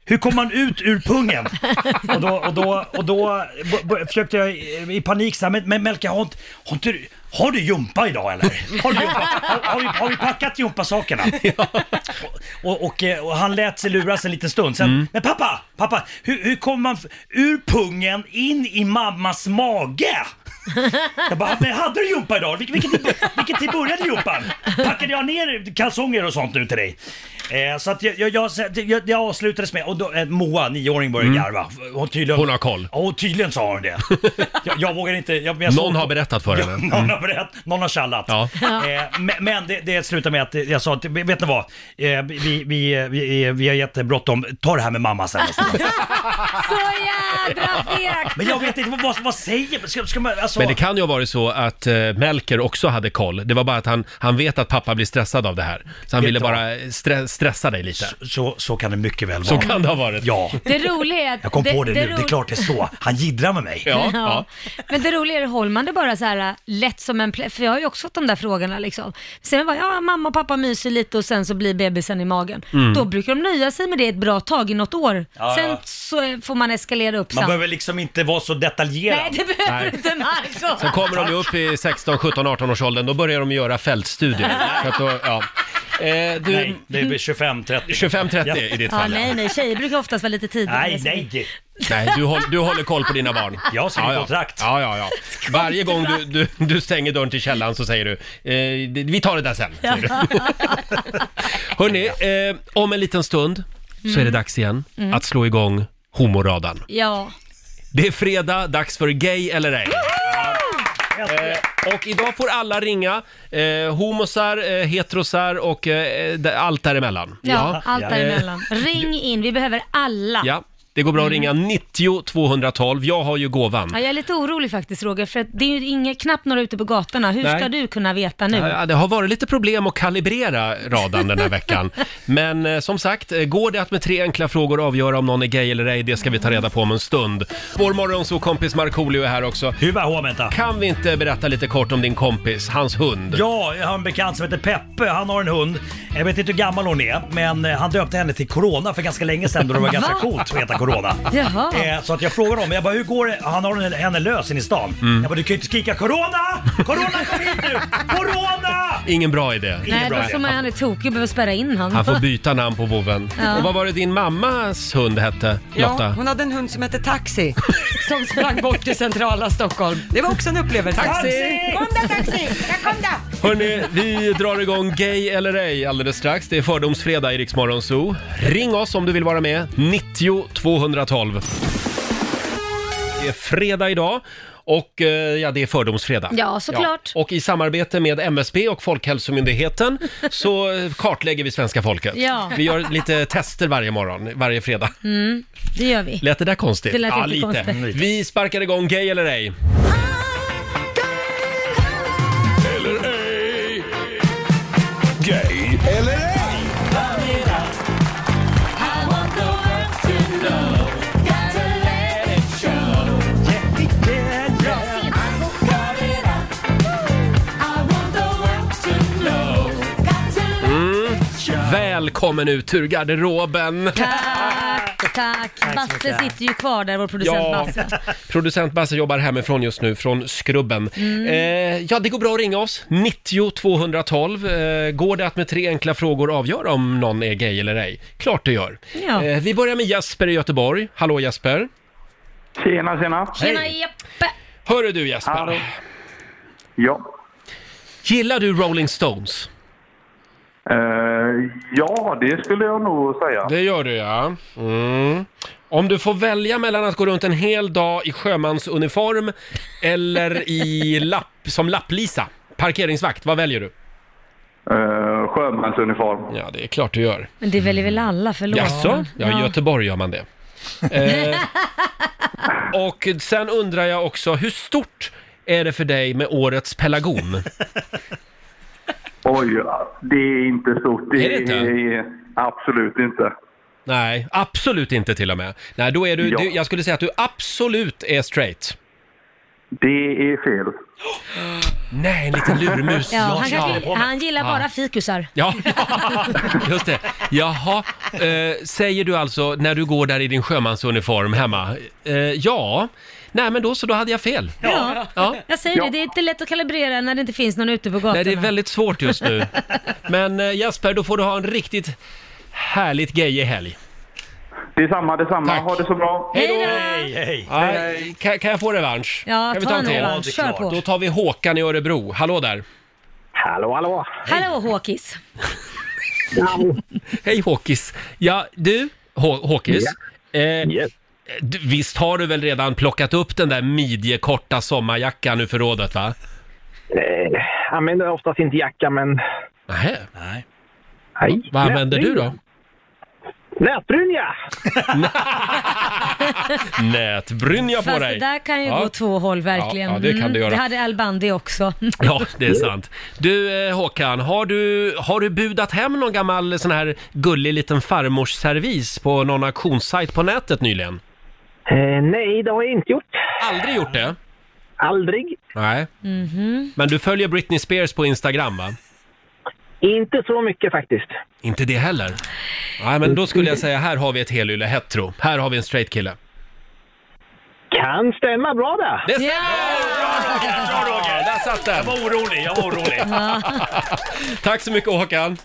Speaker 8: Hur kommer man ut ur pungen? Och då, och då, och då b- b- försökte jag i- i panik säga, men, men Melka, har, inte, har, inte, du- har du jumpa idag eller? Har, du jumpa, har, har, vi, har vi packat jumpasakerna? Och, och, och, eh, och han lät sig luras en liten stund. Sen, men pappa, pappa, hur, hur kommer man f- ur pungen in i mammas mage? Jag bara, men hade du jumpa idag? Vil- Vilken tid, vilken tid började jumpan? Packade jag ner kalsonger och sånt nu till dig? Eh, så att jag, jag, jag, jag, jag avslutades med, och då, eh, Moa, nioåring, började
Speaker 1: Mm.
Speaker 8: garva. Hon, tydligen, hon har koll. Ja, och tydligen sa hon det. Jag, jag vågar inte... Jag, jag
Speaker 1: Någon har berättat för
Speaker 8: Ja,
Speaker 1: henne.
Speaker 8: någon
Speaker 1: Mm.
Speaker 8: har berättat, någon har tjallat.
Speaker 1: Ja.
Speaker 8: Eh, men men det, det slutade med att jag sa, att, vet ni vad? Eh, vi, vi, vi, vi har jättebråttom, ta det här med mamma sen.
Speaker 2: Så jädra fegt!
Speaker 8: Men jag vet inte, vad, vad säger ska, ska man? Alltså,
Speaker 1: Men det kan ju ha varit så att eh, Melker också hade koll. Det var bara att han, han vet att pappa blir stressad av det här. Så han
Speaker 8: Vet
Speaker 1: ville
Speaker 8: du
Speaker 1: bara eh, stre- stressa dig lite.
Speaker 8: Så, så kan det mycket väl
Speaker 1: Så
Speaker 8: vara.
Speaker 1: kan det ha varit.
Speaker 8: Ja.
Speaker 2: Det roliga är att...
Speaker 8: Jag kom på det, nu, det är
Speaker 2: ro-
Speaker 8: klart det är så. Han jiddrar med mig.
Speaker 2: Ja, Men det roliga är, det, håller man det bara så här äh, lätt som en plä- för jag har ju också fått de där frågorna liksom. Sen är det bara, ja mamma och pappa myser lite och sen så blir bebisen i magen.
Speaker 8: Mm.
Speaker 2: Då brukar de nöja sig med det ett bra tag i något år.
Speaker 8: Ja,
Speaker 2: sen
Speaker 8: ja.
Speaker 2: så eh, får man eskalera upp
Speaker 8: Man
Speaker 2: sen.
Speaker 8: behöver liksom inte vara så detaljerad.
Speaker 2: Nej, det behöver
Speaker 1: Nej.
Speaker 2: inte Marco.
Speaker 1: Sen kommer de ju upp i 16, 17, 18 års åldern, då börjar de ju göra fältstudier. Så att då, ja. eh, du...
Speaker 8: Nej, det är 25-30.
Speaker 1: 25-30 i ditt
Speaker 2: Ja,
Speaker 1: fall.
Speaker 2: nej, nej, tjejer brukar oftast vara lite tidigare.
Speaker 1: Nej,
Speaker 2: Så-
Speaker 1: nej. Nej, du, håll, du håller koll på dina barn. Jag
Speaker 8: skriver
Speaker 1: ja, kontrakt. Ja, ja, ja. Varje gång du, du, du stänger dörren till källaren så säger du eh, det- vi tar det där sen.
Speaker 2: Ja.
Speaker 1: Hörni, eh, om en liten stund så är det
Speaker 2: Mm.
Speaker 1: dags igen
Speaker 2: Mm.
Speaker 1: att slå igång homoradan.
Speaker 2: Ja.
Speaker 1: Det är fredag, dags för Gay eller ej. Eh, och idag får alla ringa, eh, homosar, eh, heterosar och eh, d- allt däremellan.
Speaker 2: Ja, allt däremellan. Ring in, vi behöver alla.
Speaker 1: Eh, ja, det går bra att ringa 90 212. Jag har ju gåvan.
Speaker 2: Mm. Ja, jag är lite orolig faktiskt Roger, för att det är ju inga, knappt några ute på gatorna. Hur
Speaker 1: Nej.
Speaker 2: ska du kunna veta nu?
Speaker 1: Ja, det har varit lite problem att kalibrera radan den här veckan. Men eh, som sagt, eh, går det att med tre enkla frågor avgöra om någon är gay eller ej? Det ska vi ta reda på om en stund. Vår morgonsåkompis Markoolio är här också. Kan vi inte berätta lite kort om din kompis, hans hund?
Speaker 8: Ja, jag har en bekant som heter Peppe. Han har en hund. Jag vet inte hur gammal hon är, men eh, han döpte henne till Corona för ganska länge sedan då det var ganska
Speaker 2: Va?
Speaker 8: coolt att heta Corona.
Speaker 2: Jaha.
Speaker 8: Eh, Så att jag frågade honom, jag bara hur går det? Han har henne lös in i stan.
Speaker 1: Mm.
Speaker 8: Jag bara du kan ju inte skrika Corona! Corona kom hit nu! Corona!
Speaker 1: Ingen bra idé.
Speaker 2: Nej, då får man, han är tokig och behöver spärra in han.
Speaker 1: Han får byta namn på vovven.
Speaker 2: Ja.
Speaker 1: Och vad var det din mammas hund hette,
Speaker 3: Ja,
Speaker 1: Lotta?
Speaker 3: hon hade en hund som hette Taxi, som sprang bort till centrala Stockholm. Det var också en upplevelse.
Speaker 1: Taxi!
Speaker 3: Kom där Taxi! Jag kom där!
Speaker 1: Hörni, vi drar igång Gay eller ej alldeles strax. Det är Fördomsfredag i Rix Morgon Zoo. Ring oss om du vill vara med. 90 212. Det är fredag idag och eh, ja, det är Fördomsfredag.
Speaker 2: Ja, såklart.
Speaker 1: Och i samarbete med MSB och Folkhälsomyndigheten så eh, kartlägger vi svenska folket.
Speaker 2: Ja.
Speaker 1: Vi gör lite tester varje morgon, varje fredag.
Speaker 2: Mm, det gör vi.
Speaker 1: Lät det där konstigt?
Speaker 2: Det lät
Speaker 1: ja, lite.
Speaker 2: jättekonstigt. Mm.
Speaker 1: Vi sparkar igång Gay eller ej.
Speaker 7: Eller ej. Gay eller ej.
Speaker 1: Mm. Välkommen ut ur garderoben!
Speaker 2: Tack, tack. Basse
Speaker 1: mycket.
Speaker 2: sitter ju kvar där, vår producent
Speaker 1: Ja.
Speaker 2: Basse.
Speaker 1: Producent Basse jobbar hemifrån just nu, från Skrubben.
Speaker 2: Mm.
Speaker 1: Eh, ja, det går bra att ringa oss. 90 212. Eh, går det att med tre enkla frågor avgöra om någon är gay eller ej? Klart det gör.
Speaker 2: Ja.
Speaker 1: Eh, vi börjar med Jesper i Göteborg. Hallå Jesper!
Speaker 11: Tjena, tjena!
Speaker 2: Tjena Jeppe!
Speaker 1: Hörru du Jesper!
Speaker 11: Ja.
Speaker 1: Gillar du Rolling Stones?
Speaker 11: Eh, ja, det skulle jag nog säga.
Speaker 1: Det gör du ja. Mm. Om du får välja mellan att gå runt en hel dag i sjömansuniform eller i lapp, som lapplisa, parkeringsvakt, vad väljer du?
Speaker 11: Uh, sjömansuniform.
Speaker 1: Ja, det är klart du gör.
Speaker 2: Men det väljer väl alla, förlåt.
Speaker 1: Jaså? Ja, i Göteborg gör man det. Eh, och sen undrar jag också, hur stort är det för dig med årets pelargon?
Speaker 11: Oj, det är inte stort.
Speaker 1: Är det inte?
Speaker 11: är absolut inte.
Speaker 1: Nej, absolut inte till och med. Nej, då är du,
Speaker 11: Ja.
Speaker 1: du, jag skulle säga att du absolut är straight.
Speaker 15: Det är fel.
Speaker 1: Nej, en liten lurmus.
Speaker 2: Ja, han,
Speaker 1: Lars
Speaker 2: kanske,
Speaker 1: Jakob.
Speaker 2: han gillar
Speaker 1: Ja.
Speaker 2: bara fikusar.
Speaker 1: Ja, just det. Jaha, eh, säger du alltså när du går där i din sjömansuniform hemma? Eh, ja, nej men då så, då hade jag fel.
Speaker 2: Ja,
Speaker 1: Ja.
Speaker 2: jag säger det. Det är inte lätt att kalibrera när det inte finns någon ute på gatorna.
Speaker 1: Nej, det är väldigt svårt just nu. Men eh, Jasper, då får du ha en riktigt härligt gejig helg.
Speaker 15: Detsamma, detsamma. Ha det så bra.
Speaker 1: Hej då!
Speaker 15: Hej,
Speaker 8: hej.
Speaker 1: Aj, Kan, kan jag få revansch?
Speaker 2: Ja,
Speaker 1: kan
Speaker 2: ta en revansch. Kör på.
Speaker 1: Då tar vi Håkan i Örebro. Hallå där!
Speaker 16: Hallå, hallå!
Speaker 2: Hallå Håkis!
Speaker 1: Hej Håkis! Ja, du Hå- Håkis. Eh, du- Visst har du väl redan plockat upp den där midjekorta sommarjackan ur förrådet va?
Speaker 16: Eh, använder oftast inte jacka, men...
Speaker 1: Nej.
Speaker 8: Nej.
Speaker 16: Nej.
Speaker 1: Vad använder du då?
Speaker 16: Näsbrynja!
Speaker 1: Nätbrynja på
Speaker 2: Fast
Speaker 1: dig!
Speaker 2: det där kan ju
Speaker 1: Ja.
Speaker 2: gå två håll verkligen.
Speaker 1: Ja, ja, det kan det
Speaker 2: Mm,
Speaker 1: göra.
Speaker 2: Det hade Al Bundy också.
Speaker 1: Ja, det är sant. Du eh, Håkan, har du, har du budat hem någon gammal sån här gullig liten farmorsservis på någon auktionssajt på nätet nyligen?
Speaker 16: Eh, nej, det har jag inte gjort.
Speaker 1: Aldrig gjort det?
Speaker 16: Aldrig.
Speaker 1: Nej. Men du följer Britney Spears på Instagram va?
Speaker 16: Inte så mycket faktiskt. Mm.
Speaker 1: Inte det heller? Nej, men då skulle jag säga här har vi ett helylle hetero. Här har vi en straight kille.
Speaker 16: Kan stämma bra det.
Speaker 1: Det stämmer! Bra Roger! Där satt den! Jag
Speaker 8: var orolig, jag var orolig.
Speaker 1: Tack så mycket Håkan!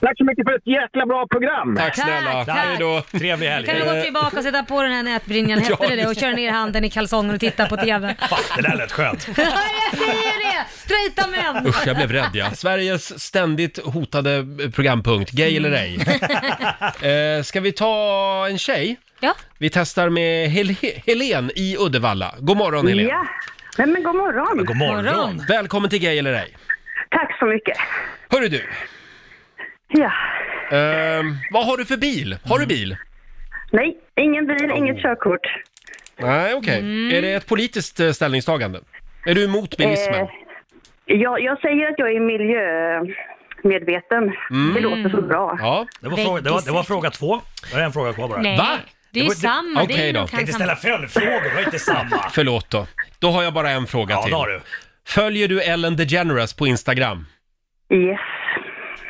Speaker 16: Tack så mycket för ett jäkla bra program!
Speaker 1: Tack snälla!
Speaker 2: Tack.
Speaker 1: Hej då! Eh,
Speaker 8: Trevlig helg!
Speaker 2: Kan du gå tillbaka och sätta på den här nätbrynjan, hette
Speaker 1: Ja,
Speaker 2: det det? Och köra ner handen i kalsongen och titta på TV.
Speaker 8: Det där lät skönt.
Speaker 2: Ja, jag säger det! Straighta män!
Speaker 1: Usch, jag blev rädd ja. Sveriges ständigt hotade programpunkt, gay eller ej. Eh, ska vi ta en tjej?
Speaker 2: Ja.
Speaker 1: Vi testar med Hel Helen i Uddevalla. God morgon Helen!
Speaker 17: Ja. Nej, men god morgon.
Speaker 1: God Välkommen till Gay eller ej!
Speaker 17: Tack så mycket.
Speaker 1: Hörru du!
Speaker 17: Ja.
Speaker 1: Ehm, vad har du för bil? Har du
Speaker 8: Mm.
Speaker 1: bil?
Speaker 17: Nej, ingen bil, inget körkort.
Speaker 1: Nej, okej.
Speaker 8: Mm.
Speaker 1: Är det ett politiskt eh, ställningstagande? Är du emot bilismen?
Speaker 17: Eh, jag, jag säger att jag är miljömedveten.
Speaker 1: Mm.
Speaker 17: Det låter så bra.
Speaker 1: Ja.
Speaker 8: Det var, fråga, det, var, det var fråga två. Jag har en fråga kvar bara.
Speaker 17: Nej, Va? det är
Speaker 8: var-
Speaker 17: ju
Speaker 1: Det
Speaker 17: samma.
Speaker 1: är Okej då. nog
Speaker 8: Jag
Speaker 1: kanske
Speaker 8: tänkte ställa följdfrågor, det var inte samma.
Speaker 1: Förlåt då. Då har jag bara en fråga
Speaker 8: Ja,
Speaker 1: till.
Speaker 8: det har du.
Speaker 1: Följer du Ellen DeGeneres på Instagram?
Speaker 17: Yes.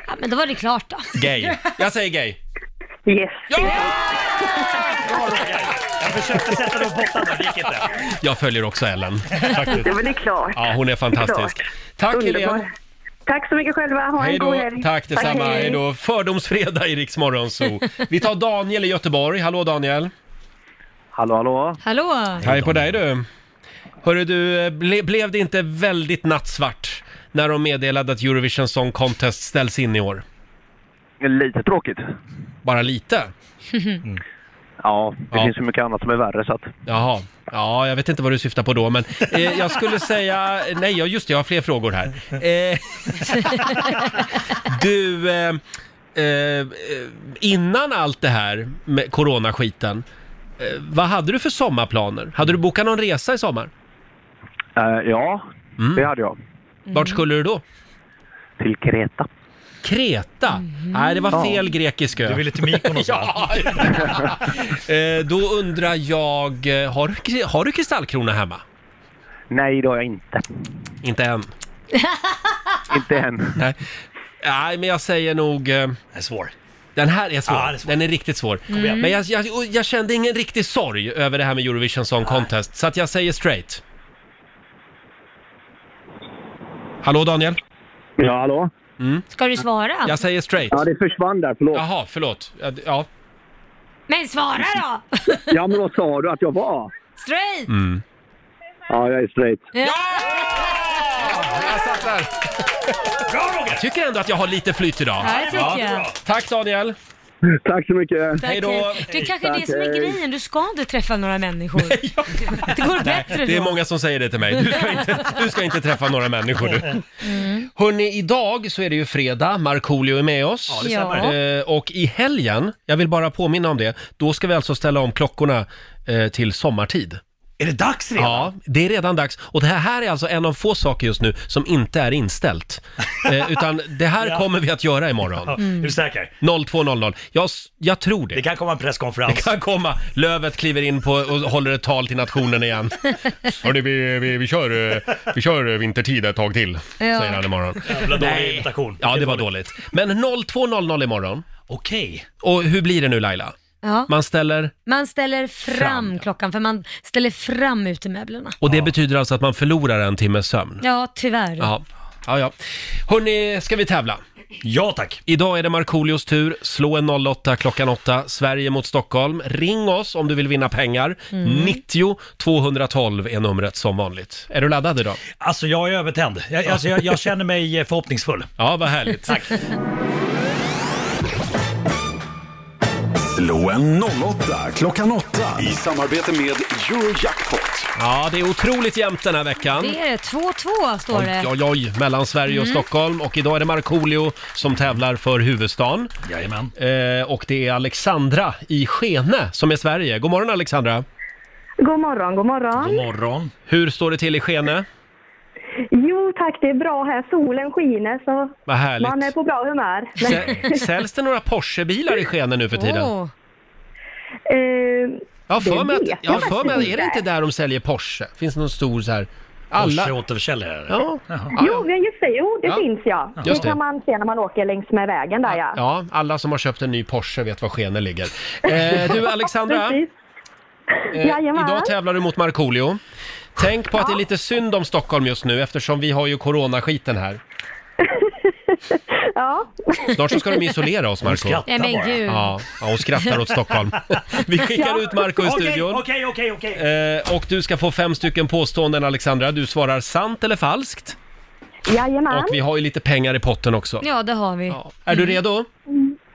Speaker 2: Ja, men då var det klart då.
Speaker 1: Gay. Jag säger gay.
Speaker 17: Yes.
Speaker 8: Jag försökte sätta dem på botten, men det gick inte.
Speaker 1: Jag följer också Ellen.
Speaker 17: Ja,
Speaker 1: Faktiskt.
Speaker 17: men det är klart.
Speaker 1: Ja, hon är fantastisk. Tack
Speaker 17: Underbar.
Speaker 1: Helene.
Speaker 17: Tack så mycket själva. Ha
Speaker 1: Hej
Speaker 17: en god
Speaker 1: då.
Speaker 17: helg.
Speaker 1: Tack detsamma. Hej då. Fördomsfredag i Rix Morgon Zoo. Vi tar Daniel i Göteborg. Hallå Daniel.
Speaker 18: Hallå, hallå.
Speaker 2: Hallå!
Speaker 1: Hej på dig du. Hörru du, ble, blev det inte väldigt nattsvart när de meddelade att Eurovision Song Contest ställs in i år?
Speaker 18: Lite tråkigt.
Speaker 1: Bara lite?
Speaker 18: Ja, det
Speaker 1: Mm. Ja.
Speaker 18: finns ju mycket annat som är värre så att...
Speaker 1: Jaha. Ja, jag vet inte vad du syftar på då, men eh, jag skulle säga... Nej, ja, just det, jag har fler frågor här. Eh, du, eh, eh, innan allt det här med coronaskiten, eh, vad hade du för sommarplaner? Hade du bokat någon resa i sommar? Mm.
Speaker 18: Eh, ja, det hade jag.
Speaker 1: Vart skulle du då?
Speaker 18: Till Kreta.
Speaker 1: Kreta?
Speaker 8: Mhm.
Speaker 1: Nej, det var
Speaker 18: Ja.
Speaker 1: fel grekisk ö.
Speaker 18: Du ville till Mykonos,
Speaker 1: ja.
Speaker 18: va?
Speaker 1: eh, Då undrar jag, eh, har du, har du kristallkrona hemma?
Speaker 18: Nej, det har jag inte.
Speaker 1: Inte än.
Speaker 18: Inte än.
Speaker 1: Nej. Nej, men jag säger nog... Den
Speaker 8: är svår.
Speaker 1: Den här är svår.
Speaker 8: Ja, den är svår.
Speaker 1: Den är riktigt svår.
Speaker 8: Kom igen.
Speaker 1: Men jag, jag, och jag kände ingen riktig sorg över det här med Eurovision Song Contest, så att jag säger straight. Hallå Daniel?
Speaker 18: Ja, hallå?
Speaker 1: Mm.
Speaker 2: Ska du svara?
Speaker 1: Jag säger straight.
Speaker 18: Ja, det försvann där, förlåt.
Speaker 1: Jaha, förlåt. Ja, d- Ja.
Speaker 2: Men svara då!
Speaker 18: Ja, men vad sa du att jag var?
Speaker 2: Straight!
Speaker 1: Mm.
Speaker 18: Ja, jag är straight.
Speaker 2: Ja!
Speaker 1: Jag satt där. Jag tycker ändå att jag har lite flyt idag.
Speaker 2: Ja, det tycker jag.
Speaker 1: Tack Daniel!
Speaker 18: Tack så mycket.
Speaker 2: Tack, hej. Det är kanske är det som är grejen, du ska inte träffa några människor. Det går
Speaker 1: Nej,
Speaker 2: bättre
Speaker 1: det är
Speaker 2: då.
Speaker 1: många som säger det till mig. Du ska inte, du ska inte träffa några människor du.
Speaker 2: Mm.
Speaker 1: Hörni, idag så är det ju fredag, Markoolio är med oss.
Speaker 8: Ja, det stämmer.
Speaker 1: Eh, och i helgen, jag vill bara påminna om det, då ska vi alltså ställa om klockorna eh, till sommartid.
Speaker 8: Är det dags redan?
Speaker 1: Ja, det är redan dags. Och det här är alltså en av få saker just nu som inte är inställt. Eh, utan det här
Speaker 8: Ja.
Speaker 1: kommer vi att göra imorgon.
Speaker 8: Ja, är du säker?
Speaker 1: 02.00. Jag, s- jag tror det. Det
Speaker 8: kan komma en presskonferens.
Speaker 1: Det kan komma. Lövet kliver in på och håller ett tal till nationen igen. Hörni, vi, vi, vi, kör, eh, vi kör eh, vintertid ett tag till,
Speaker 8: Ja.
Speaker 1: säger han imorgon.
Speaker 8: Jävla dålig
Speaker 1: Nej.
Speaker 8: imitation.
Speaker 1: Ja, det var dåligt. Men 02.00 imorgon.
Speaker 8: Okej.
Speaker 1: Och hur blir det nu Laila?
Speaker 2: Ja.
Speaker 1: Man ställer...
Speaker 2: Man ställer fram,
Speaker 1: Fram,
Speaker 2: klockan, för man ställer fram utemöblerna.
Speaker 1: Och det betyder alltså att man förlorar en timmes sömn.
Speaker 2: Ja, tyvärr.
Speaker 1: Mm. Ja. Ja, ja. Hörni, ska vi tävla?
Speaker 8: Ja, tack.
Speaker 1: Idag är det Markoolios tur. Slå en 08 klockan 8. Sverige mot Stockholm. Ring oss om du vill vinna pengar.
Speaker 8: Mm.
Speaker 1: 90 212 är numret som vanligt. Är du laddad idag?
Speaker 8: Alltså jag är övertänd. Jag, alltså, jag, jag känner mig eh, förhoppningsfull.
Speaker 1: Ja, vad härligt.
Speaker 8: Tack.
Speaker 4: Slå en 08 klockan 8 i samarbete med Eurojackpot.
Speaker 1: Ja, det är otroligt jämnt den här veckan.
Speaker 2: Det är det. 2-2 står
Speaker 1: Oj,
Speaker 2: det.
Speaker 1: oj, oj, mellan Sverige och
Speaker 2: Mm.
Speaker 1: Stockholm. Och idag är det Markoolio som tävlar för huvudstaden.
Speaker 8: Jajamän.
Speaker 1: Eh, och det är Alexandra i Skene som är Sverige. God morgon Alexandra!
Speaker 17: God morgon, god morgon.
Speaker 8: morgon!
Speaker 1: Hur står det till i Skene?
Speaker 17: Jo tack, det är bra här. Solen skiner så
Speaker 1: Vad härligt.
Speaker 17: man är på bra humör.
Speaker 1: Sä- Säljs det några Porschebilar i Skene nu för tiden?
Speaker 17: Eh,
Speaker 1: Jag har för
Speaker 17: det
Speaker 1: mig
Speaker 17: vet
Speaker 1: att, jag har för mig, att-
Speaker 17: faktiskt
Speaker 1: är det inte där de säljer Porsche? Finns det någon stor så här... Alla...
Speaker 8: Porsche-återförsäljare?
Speaker 1: Ja.
Speaker 17: Jo, men just det. Jo, det
Speaker 1: Ja.
Speaker 17: finns ja.
Speaker 1: Just det.
Speaker 17: Det kan man se när man åker längs med vägen där ja.
Speaker 1: ja, alla som har köpt en ny Porsche vet var Skene ligger. Eh, du Alexandra,
Speaker 17: Precis.
Speaker 1: eh,
Speaker 17: Jajamän.
Speaker 1: idag tävlar du mot Markoolio. Tänk på att det är lite synd om Stockholm just nu eftersom vi har ju coronaskiten här.
Speaker 17: Ja.
Speaker 1: Snart så ska de isolera oss, Marco.
Speaker 8: skrattar Nej, men bara. gud.
Speaker 1: Ja, ja, hon skrattar åt Stockholm. Vi skickar ut Marco i
Speaker 8: Okej,
Speaker 1: studion.
Speaker 8: Okej, okej, okej.
Speaker 1: Eh, och du ska få fem stycken påståenden, Alexandra. Du svarar sant eller falskt.
Speaker 17: Jajamän.
Speaker 1: Och vi har ju lite pengar i potten också.
Speaker 2: Ja, det har vi. Mm.
Speaker 1: Är du redo?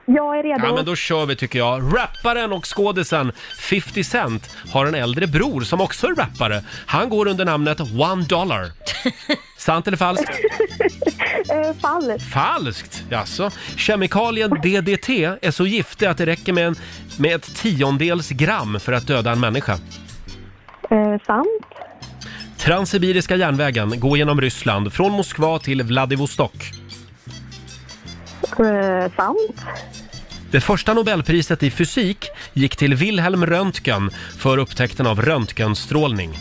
Speaker 17: Jag är redo.
Speaker 1: Ja, men då kör vi tycker jag. Rapparen och skådisen 50 Cent har en äldre bror som också är rappare. Han går under namnet One Dollar. Sant eller falskt?
Speaker 17: Eh, falskt.
Speaker 1: Falskt? Jaså? Kemikalien DDT är så giftig att det räcker med, en, med ett tiondels gram för att döda en människa.
Speaker 17: Eh, sant.
Speaker 1: Transsibiriska järnvägen går genom Ryssland från Moskva till Vladivostok.
Speaker 17: Eh, sant.
Speaker 1: Det första Nobelpriset i fysik gick till Wilhelm Röntgen för upptäckten av röntgenstrålning.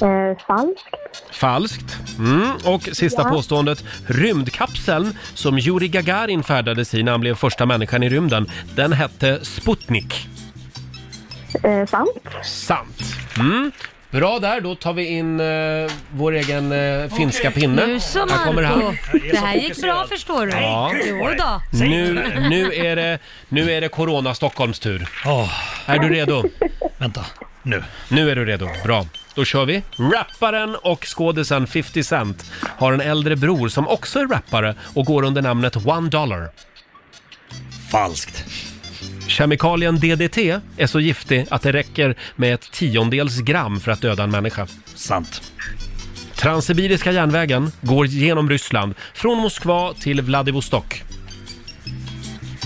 Speaker 17: Eh, falskt.
Speaker 1: Falskt. Mm. Och sista
Speaker 17: Ja.
Speaker 1: påståendet. Rymdkapseln som Yuri Gagarin färdades i när han blev första människan i rymden, den hette Sputnik.
Speaker 17: Eh, sant.
Speaker 1: Sant. Mm. Bra där, då tar vi in eh, vår egen eh, finska pinne.
Speaker 2: Nu så
Speaker 1: Här kommer
Speaker 2: Marco.
Speaker 1: han.
Speaker 2: Det här gick bra förstår du.
Speaker 1: Ja.
Speaker 2: Jo då.
Speaker 1: Nu, nu, är det, eh, nu är det Corona Stockholms tur. Är du redo?
Speaker 8: Vänta, nu.
Speaker 1: Nu är du redo. Bra. Då kör vi. Rapparen och skådisen 50 Cent har en äldre bror som också är rappare och går under namnet One Dollar.
Speaker 8: Falskt.
Speaker 1: Kemikalien DDT är så giftig att det räcker med ett tiondels gram för att döda en människa.
Speaker 8: Sant.
Speaker 1: Transsibiriska järnvägen går genom Ryssland från Moskva till Vladivostok.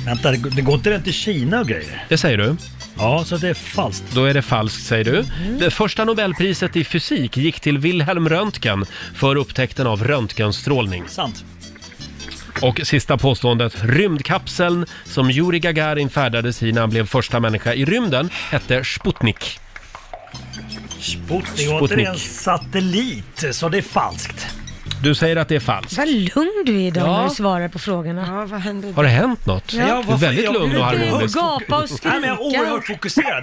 Speaker 8: Vänta, det, det går inte runt till Kina och grejer?
Speaker 1: Det säger du?
Speaker 8: Ja, så det är falskt. Mm.
Speaker 1: Då är det falskt, säger du. Det första Nobelpriset i fysik gick till Wilhelm Röntgen för upptäckten av röntgenstrålning.
Speaker 8: Sant.
Speaker 1: Och sista påståendet. Rymdkapseln som Yuri Gagarin färdades i när han blev första människa i rymden hette Sputnik.
Speaker 8: Sputnik. Det går inte
Speaker 1: Sputnik.
Speaker 8: det är en satellit, så det är falskt.
Speaker 1: Du säger att det är falskt.
Speaker 2: Vad lugn du är idag
Speaker 1: Ja.
Speaker 2: när du svarar på frågorna.
Speaker 3: Ja, vad händer?
Speaker 1: Har det hänt något?
Speaker 2: Ja.
Speaker 1: Du är väldigt
Speaker 2: Jag-
Speaker 1: lugn och
Speaker 2: jag-
Speaker 1: harmonisk.
Speaker 2: Gapa och skrika.
Speaker 8: Nej, men jag är oerhört fokuserad.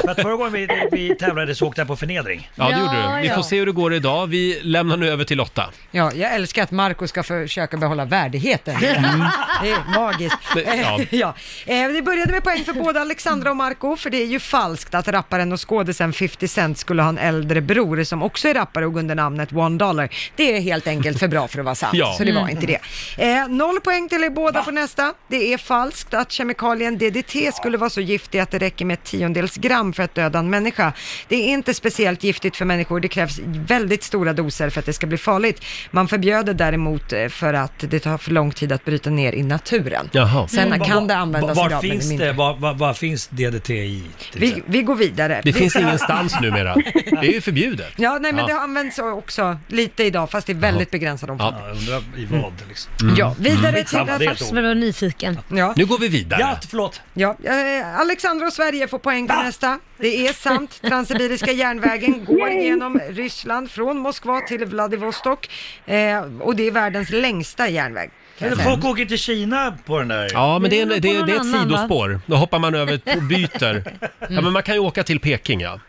Speaker 8: För att förra gången vi, vi tävlade så åkte jag på förnedring.
Speaker 1: Ja, det gjorde
Speaker 3: Ja,
Speaker 1: du. Vi
Speaker 3: ja.
Speaker 1: får se hur det går idag. Vi lämnar nu över till Lotta.
Speaker 3: Ja, jag älskar att Marco ska försöka behålla värdigheten. Det är magiskt.
Speaker 1: Mm. Det- ja.
Speaker 3: Ja. ja. Eh, Det började med poäng för både Alexandra och Marco för det är ju falskt att rapparen och skådisen 50 Cent skulle ha en äldre bror som också är rappare och går under namnet One Dollar. Det är helt enkelt för bra för att vara sant,
Speaker 7: Ja.
Speaker 3: så det var
Speaker 7: Mm.
Speaker 3: inte det. Eh, noll poäng till er båda på nästa. Det är falskt att kemikalien DDT skulle vara så giftig att det räcker med ett tiondels gram för att döda en människa. Det är inte speciellt giftigt för människor, det krävs väldigt stora doser för att det ska bli farligt. Man förbjöd det däremot eh, för att det tar för lång tid att bryta ner i naturen. Sen kan det användas
Speaker 8: Mm. var,
Speaker 3: idag, men
Speaker 8: finns
Speaker 3: mindre.
Speaker 8: det, var, var, var finns DDT i? till
Speaker 3: Vi,
Speaker 8: exempel?
Speaker 3: vi går vidare. Vi-
Speaker 8: Det finns ingenstans
Speaker 1: numera. Det är ju förbjudet.
Speaker 3: Ja, nej men
Speaker 1: Ja.
Speaker 3: det används också lite idag, fast i väldigt begränsad omfattning.
Speaker 8: Ja, jag undrar i vad liksom.
Speaker 3: Ja, vidare till
Speaker 8: Skitsamma, det är ett ord.
Speaker 2: var nyfiken.
Speaker 3: Ja.
Speaker 1: Nu går vi vidare.
Speaker 8: Ja, förlåt.
Speaker 3: Ja, eh, Alexandra och Sverige får poäng till nästa. Det är sant. Transsibiriska järnvägen går
Speaker 17: Yay!
Speaker 3: genom Ryssland från Moskva till Vladivostok eh, och det är världens längsta järnväg. kan jag
Speaker 8: Men
Speaker 3: säga.
Speaker 8: folk åker till Kina på den där.
Speaker 1: Ja, men det är, en, det,
Speaker 3: Mm,
Speaker 1: är- det är ett sidospår. Då hoppar man över och byter. Ja, men man kan ju åka till Peking, ja.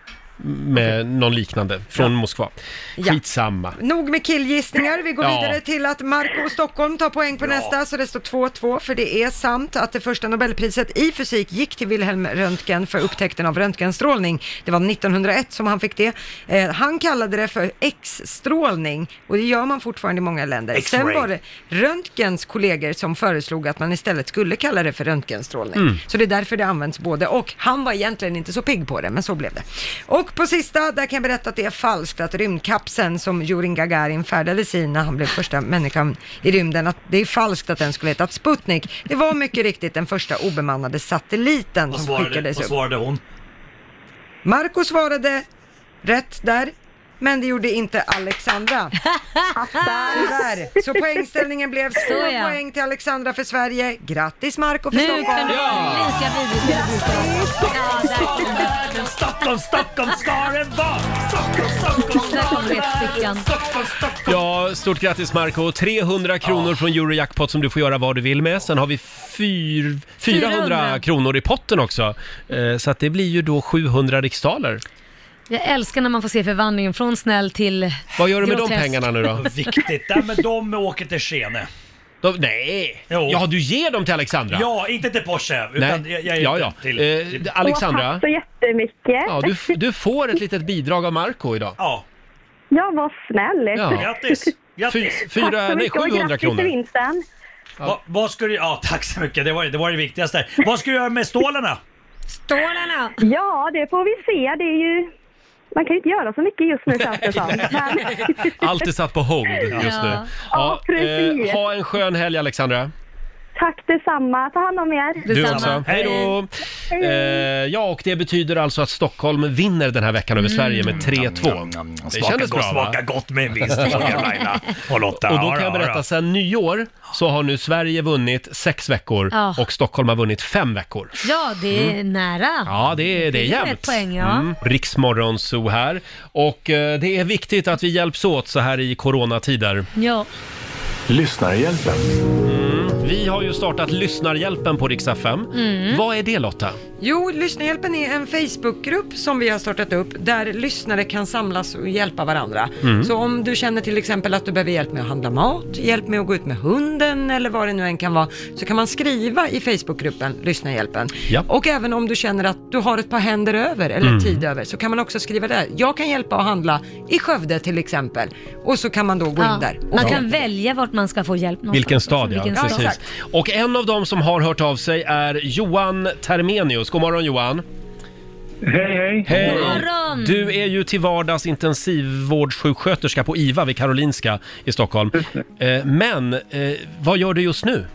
Speaker 1: Med någon liknande, från Moskva. Skitsamma.
Speaker 3: Nog med killgissningar, vi går
Speaker 1: Ja.
Speaker 3: vidare till att Marco och Stockholm tar poäng på nästa, så det står 2-2, för det är sant att det första Nobelpriset i fysik gick till Wilhelm Röntgen för upptäckten av röntgenstrålning. Det var 1901 som han fick det. Eh, han kallade det för X-strålning, och det gör man fortfarande i många länder.
Speaker 7: X-ray.
Speaker 3: Sen var det Röntgens kollegor som föreslog att man istället skulle kalla det för röntgenstrålning.
Speaker 7: Mm.
Speaker 3: Så det är därför det används både och. Han var egentligen inte så pigg på det, men så blev det. Och på sista, där kan jag berätta att det är falskt att rymdkapseln som Jorin Gagarin färdades i när han blev första människan i rymden, att det är falskt att den skulle heta Sputnik. Det var mycket riktigt den första obemannade satelliten
Speaker 8: Vad
Speaker 3: som
Speaker 8: svarade,
Speaker 3: skickades
Speaker 8: vad
Speaker 3: upp.
Speaker 8: svarade hon?
Speaker 3: Marco svarade rätt där, men det gjorde inte Alexandra. Tyvärr. Så poängställningen blev två
Speaker 7: Såja.
Speaker 3: poäng till Alexandra för Sverige. Grattis Marco för
Speaker 7: Nu
Speaker 3: Stockholm!
Speaker 7: kan du vara Ja.
Speaker 2: lika vidrig som du
Speaker 7: Stockholm, Stockholm, Stockholm ska det vara! Stockholm, Stockholm ska det vara! Stockholm, Stockholm!
Speaker 1: Ja, stort grattis Marco 300 kronor från Eurojackpot som du får göra vad du vill med. Sen har vi fyr, 400,
Speaker 2: 400
Speaker 1: kronor i potten också. Eh, Så att det blir ju då 700 riksdaler.
Speaker 2: Jag älskar när man får se förvandlingen från snäll till
Speaker 1: Vad gör du med de
Speaker 2: grotesk.
Speaker 1: pengarna nu då?
Speaker 8: Viktigt. Nej, men de åker till Skene.
Speaker 1: De, nej! Ja, du ger dem till Alexandra?
Speaker 8: Ja, inte till Porsche.
Speaker 1: Nej.
Speaker 8: Utan Jag, jag,
Speaker 1: ja, ja.
Speaker 8: Till,
Speaker 1: Eh,
Speaker 8: till-
Speaker 1: Alexandra,
Speaker 17: så jättemycket.
Speaker 1: ja, du, f- du får ett litet bidrag av Marco idag.
Speaker 8: Ja.
Speaker 17: Ja, vad snäll.
Speaker 1: Ja. Grattis, Fy- fyra-
Speaker 17: Tack så
Speaker 1: nej,
Speaker 17: mycket och
Speaker 1: 700
Speaker 17: grattis
Speaker 1: kronor.
Speaker 17: till vinsten.
Speaker 8: Va, vad ska du... Ja, tack så mycket. Det var det, var det viktigaste. Vad ska du göra med stålarna?
Speaker 2: Stålarna!
Speaker 17: Ja, det får vi se. Det är ju... Man kan ju inte göra så mycket just nu känns det som. Men...
Speaker 1: Allt är satt på hold just
Speaker 17: Ja.
Speaker 1: nu.
Speaker 17: Ja, precis.
Speaker 1: eh, ha en skön helg Alexandra.
Speaker 17: Tack detsamma. Ta hand om er.
Speaker 1: Du också. Hej då! Eh, ja, och det betyder alltså att Stockholm vinner den här veckan över
Speaker 8: Mm.
Speaker 1: Sverige med 3-2. Det
Speaker 8: Smaka
Speaker 1: kändes
Speaker 8: gott,
Speaker 1: bra va?
Speaker 8: smaka gott med en vinst, Roger, Laila och Lotta.
Speaker 1: Och då
Speaker 8: Ja,
Speaker 1: kan jag
Speaker 8: ja,
Speaker 1: berätta,
Speaker 8: ja.
Speaker 1: sen nyår så har nu Sverige vunnit sex veckor
Speaker 2: Ja.
Speaker 1: och Stockholm har vunnit fem veckor.
Speaker 2: Ja, det är nära.
Speaker 1: Mm. Ja, det är, det är
Speaker 2: Ah. Det är ett
Speaker 1: jämnt. Mm.
Speaker 2: poäng, ja.
Speaker 1: Riksmorgonzoo här. Och eh, det är viktigt att vi hjälps åt så här i coronatider.
Speaker 2: Ja.
Speaker 1: Lyssnarhjälpen. Mm. Vi har ju startat Lyssnarhjälpen på Rix FM.
Speaker 3: Mm.
Speaker 1: Vad är det Lotta?
Speaker 3: Jo, Lyssnarhjälpen är en Facebookgrupp som vi har startat upp där lyssnare kan samlas och hjälpa varandra.
Speaker 7: Mm.
Speaker 3: Så om du känner till exempel att du behöver hjälp med att handla mat, hjälp med att gå ut med hunden eller vad det nu än kan vara, så kan man skriva i Facebookgruppen Lyssnarhjälpen.
Speaker 7: Ja.
Speaker 3: Och även om du känner att du har ett par händer över eller
Speaker 7: Mm.
Speaker 3: tid över så kan man också skriva där. Jag kan hjälpa att handla i Skövde till exempel. Och så kan man då gå in där. Och
Speaker 2: Man kan välja vart man ska få hjälp någonstans.
Speaker 1: Vilken stad ja,
Speaker 2: Vilken stad.
Speaker 1: precis. Och en av dem som har hört av sig är Johan Termenius. God morgon Johan!
Speaker 11: Hej, hej!
Speaker 1: Hej!
Speaker 11: God morgon.
Speaker 1: Du är ju till vardags intensivvårdssjuksköterska på IVA vid Karolinska i Stockholm. Eh, Men eh, vad gör du just nu?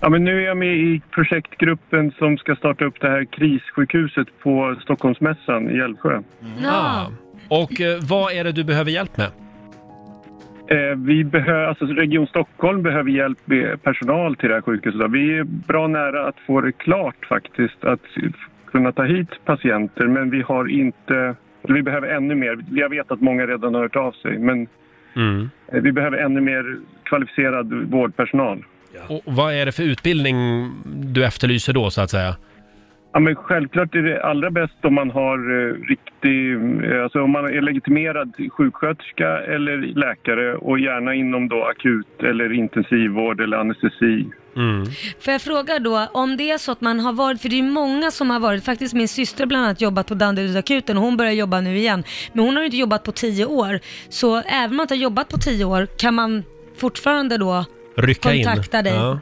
Speaker 11: Ja, men nu är jag med i projektgruppen som ska starta upp det här krissjukhuset på Stockholmsmässan i Älvsjö.
Speaker 1: Ah. Och eh, vad är det du behöver hjälp med?
Speaker 11: Eh, vi behö- alltså Region Stockholm behöver hjälp med personal till det här sjukhuset. Vi är bra nära att få det klart faktiskt, att kunna ta hit patienter. Men vi har inte... eller Vi behöver ännu mer. Jag vet att många redan har hört av sig, men
Speaker 1: Mm.
Speaker 11: eh, vi behöver ännu mer kvalificerad vårdpersonal.
Speaker 1: Och vad är det för utbildning du efterlyser då så att säga?
Speaker 11: Ja, men självklart är det allra bäst om man har eh, riktig, eh, alltså om man är legitimerad sjuksköterska eller läkare och gärna inom då akut eller intensivvård eller anestesi.
Speaker 1: Mm.
Speaker 2: Får jag fråga då, om det är så att man har varit, för det är många som har varit, faktiskt min syster bland annat jobbat på Danderydsakuten och hon börjar jobba nu igen. Men hon har ju inte jobbat på tio år, så även om man inte har jobbat på tio år kan man fortfarande då
Speaker 1: Rycka in.
Speaker 2: kontakta dig?
Speaker 1: Ja.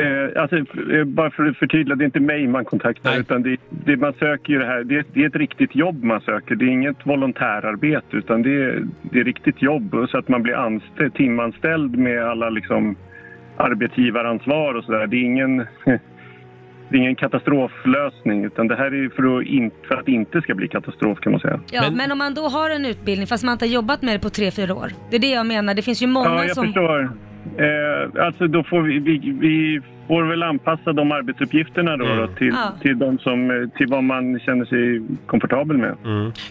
Speaker 11: Eh, alltså, eh, bara för att förtydliga, det är inte mig man kontaktar utan det, det man söker ju det här, det, det är ett riktigt jobb man söker. Det är inget volontärarbete utan det är, det är riktigt jobb och så att man blir anställd, timanställd med alla liksom arbetsgivaransvar och sådär. Det är ingen det är ingen katastroflösning utan det här är ju för att, in, för att det inte ska bli katastrof kan man säga.
Speaker 2: Ja, men... om man då har en utbildning fast man inte har jobbat med det på tre fyra år. Det är det jag menar, det finns ju många
Speaker 11: Ja, jag
Speaker 2: som...
Speaker 11: förstår. Eh, alltså då får vi, vi, vi får väl anpassa de arbetsuppgifterna då, då till,
Speaker 2: Ja.
Speaker 11: till, de som, eh, till vad man känner sig komfortabel med.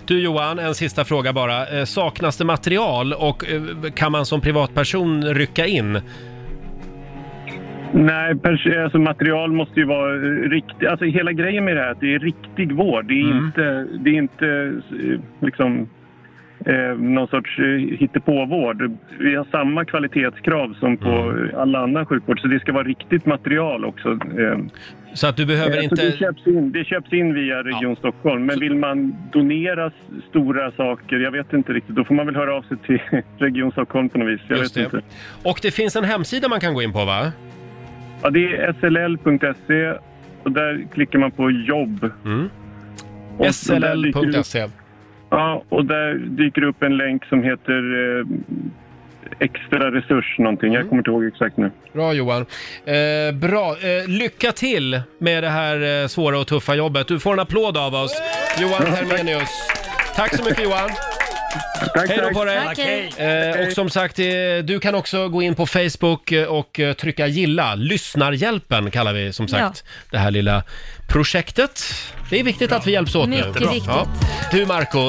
Speaker 1: Du Johan, en sista fråga bara. Eh, Saknas det material och eh, kan man som privatperson rycka in?
Speaker 11: Nej, pers- alltså material måste ju vara riktigt. Alltså hela grejen med det här är att det är riktig vård. Det är inte, det är inte eh, liksom eh, någon sorts eh, hittepåvård. Vi har samma kvalitetskrav som på eh, alla annan sjukvård så det ska vara riktigt material också. eh.
Speaker 1: Så att du behöver
Speaker 11: Eh,
Speaker 1: inte-
Speaker 11: Det köps in, det köps in via Region Stockholm men vill man donera s- stora saker, jag vet inte riktigt, då får man väl höra av sig till Region Stockholm på något vis. Jag
Speaker 1: Just
Speaker 11: vet
Speaker 1: det.
Speaker 11: inte.
Speaker 1: Och det finns en hemsida man kan gå in på va?
Speaker 11: Ja, det är sll.se E och där klickar man på jobb.
Speaker 1: Mm.
Speaker 11: Och- och där dyker det upp-
Speaker 1: SLL.se.
Speaker 11: Ja, och där dyker det upp en länk som heter eh, extra resurs någonting.
Speaker 1: Mm.
Speaker 11: Jag kommer inte ihåg exakt nu.
Speaker 1: Bra Johan. Eh, bra. Eh, lycka till med det här eh, svåra och tuffa jobbet. Du får en applåd av oss. Johan Termenius. Tack så mycket Johan.
Speaker 11: Tack,
Speaker 1: hej då
Speaker 11: tack.
Speaker 1: på dig!
Speaker 11: Tack, hej.
Speaker 1: Eh, och som sagt, eh, du kan också gå in på Facebook eh, och eh, trycka gilla. Lyssnarhjälpen kallar vi som sagt det här lilla projektet. Det är viktigt att vi hjälps åt
Speaker 7: Mycket
Speaker 1: nu.
Speaker 7: viktigt.
Speaker 1: Du Marco,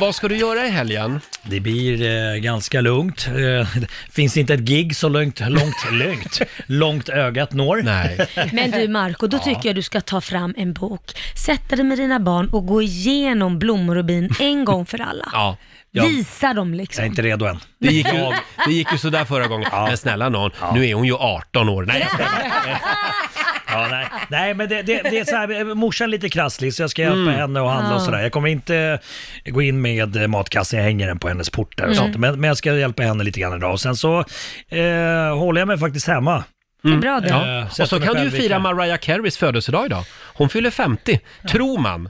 Speaker 1: vad ska du göra i helgen?
Speaker 8: Det blir eh, ganska lugnt. Eh, det finns inte ett gig så långt, långt, långt, långt ögat når.
Speaker 1: Nej.
Speaker 2: Men du Marco, då tycker jag du ska ta fram en bok, sätta dig med dina barn och gå igenom blommor och bin en gång för alla.
Speaker 1: Ja.
Speaker 2: Visa dem liksom.
Speaker 8: Jag är inte redo än.
Speaker 1: Det gick ju, det gick ju sådär förra gången. Men snälla någon, nu är hon ju 18 år. Nej, jag skojar.
Speaker 8: Ja, nej. nej, men det, det, det är så här, eh, morsan är lite krasslig så jag ska hjälpa
Speaker 1: Mm.
Speaker 8: henne och handla och
Speaker 1: Ja.
Speaker 8: sådär. Jag kommer inte gå in med eh, matkassen, jag hänger den på hennes port där och
Speaker 1: Mm.
Speaker 8: sånt. Men, men jag ska hjälpa henne lite grann idag. Och sen så eh, håller jag mig faktiskt hemma.
Speaker 1: Mm.
Speaker 8: bra det.
Speaker 1: Ja.
Speaker 8: Eh,
Speaker 1: Och så
Speaker 8: sätter mig
Speaker 1: kan du ju
Speaker 8: själv i
Speaker 1: fira
Speaker 8: knä.
Speaker 1: Mariah Careys födelsedag idag. Hon fyller 50, tror man.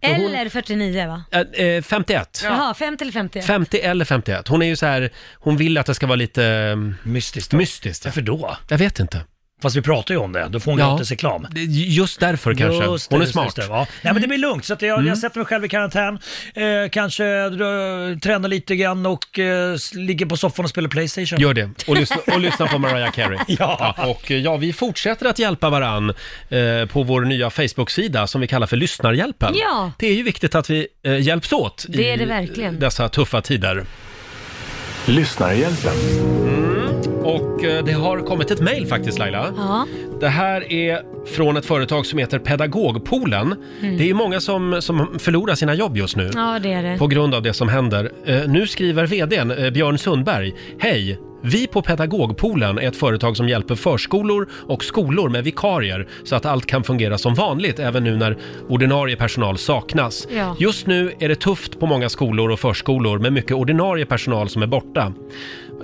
Speaker 2: Eller 49 va?
Speaker 1: Eh, eh, 51.
Speaker 2: Jaha, 50 eller 51?
Speaker 1: 50 eller 51. Hon är ju så här, hon vill att det ska vara lite... mm,
Speaker 8: Mystiskt.
Speaker 1: Mystiskt.
Speaker 8: Varför då?
Speaker 1: Jag vet inte.
Speaker 8: Fast vi pratar ju om det, då får hon gratis reklam.
Speaker 1: det- Just därför kanske.
Speaker 8: Just det,
Speaker 1: hon är
Speaker 8: just
Speaker 1: smart. Mm.
Speaker 8: det, just det, ja. Nej, men det blir lugnt, så att jag, jag sätter mig själv i karantän. Eh, kanske eh, tränar lite grann och eh, s- ligger på soffan och spelar Playstation.
Speaker 1: Gör det, och lyssna, och lyssna på Mariah Carey.
Speaker 8: Ja.
Speaker 1: Och eh, ja, vi fortsätter att hjälpa varann eh, på vår nya Facebook-sida som vi kallar för Lyssnarhjälpen.
Speaker 2: Ja.
Speaker 1: Det är ju viktigt att vi eh, hjälps åt
Speaker 2: Det är
Speaker 1: i
Speaker 2: det verkligen.
Speaker 1: eh, dessa tuffa tider. Lyssnarhjälpen. Mm. Och eh, det har kommit ett mejl faktiskt Laila.
Speaker 2: Ja.
Speaker 1: Det här är från ett företag som heter Pedagogpoolen.
Speaker 2: Mm.
Speaker 1: Det är ju många som, som förlorar sina jobb just nu
Speaker 2: ja, det är det.
Speaker 1: på grund av det som händer. Eh, Nu skriver vdn eh, Björn Sundberg. Hej! Vi på Pedagogpoolen är ett företag som hjälper förskolor och skolor med vikarier så att allt kan fungera som vanligt även nu när ordinarie personal saknas.
Speaker 7: Ja.
Speaker 1: Just nu är det tufft på många skolor och förskolor med mycket ordinarie personal som är borta.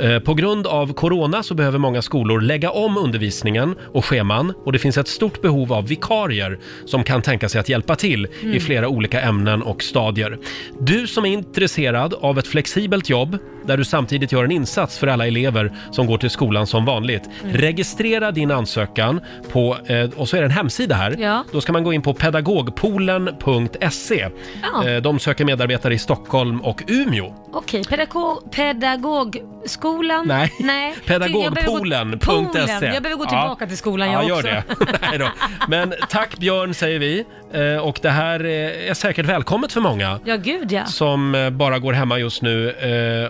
Speaker 1: Eh, På grund av corona så behöver många skolor lägga om undervisningen och scheman och det finns ett stort behov av vikarier som kan tänka sig att hjälpa till i
Speaker 7: Mm.
Speaker 1: flera olika ämnen och stadier. Du som är intresserad av ett flexibelt jobb där du samtidigt gör en insats för alla elever som går till skolan som vanligt.
Speaker 7: Mm.
Speaker 1: Registrera din ansökan på, eh, och så är det en hemsida här.
Speaker 7: Ja.
Speaker 1: Då ska man gå in på pedagogpoolen.se.
Speaker 2: Ja.
Speaker 1: Eh, De söker medarbetare i Stockholm och Umeå.
Speaker 2: Okej, pedagog, pedagogskolan?
Speaker 1: Nej.
Speaker 2: Nej. Jag behöver gå- Poolen.
Speaker 1: Pedagogpoolen.se.
Speaker 2: Jag behöver gå tillbaka till skolan jag
Speaker 1: E. ja,
Speaker 2: också.
Speaker 1: gör det. Nej då. Men tack Björn säger vi. Eh, Och det här eh, är säkert välkommet för många
Speaker 2: Ja, gud ja.
Speaker 1: som eh, bara går hemma just nu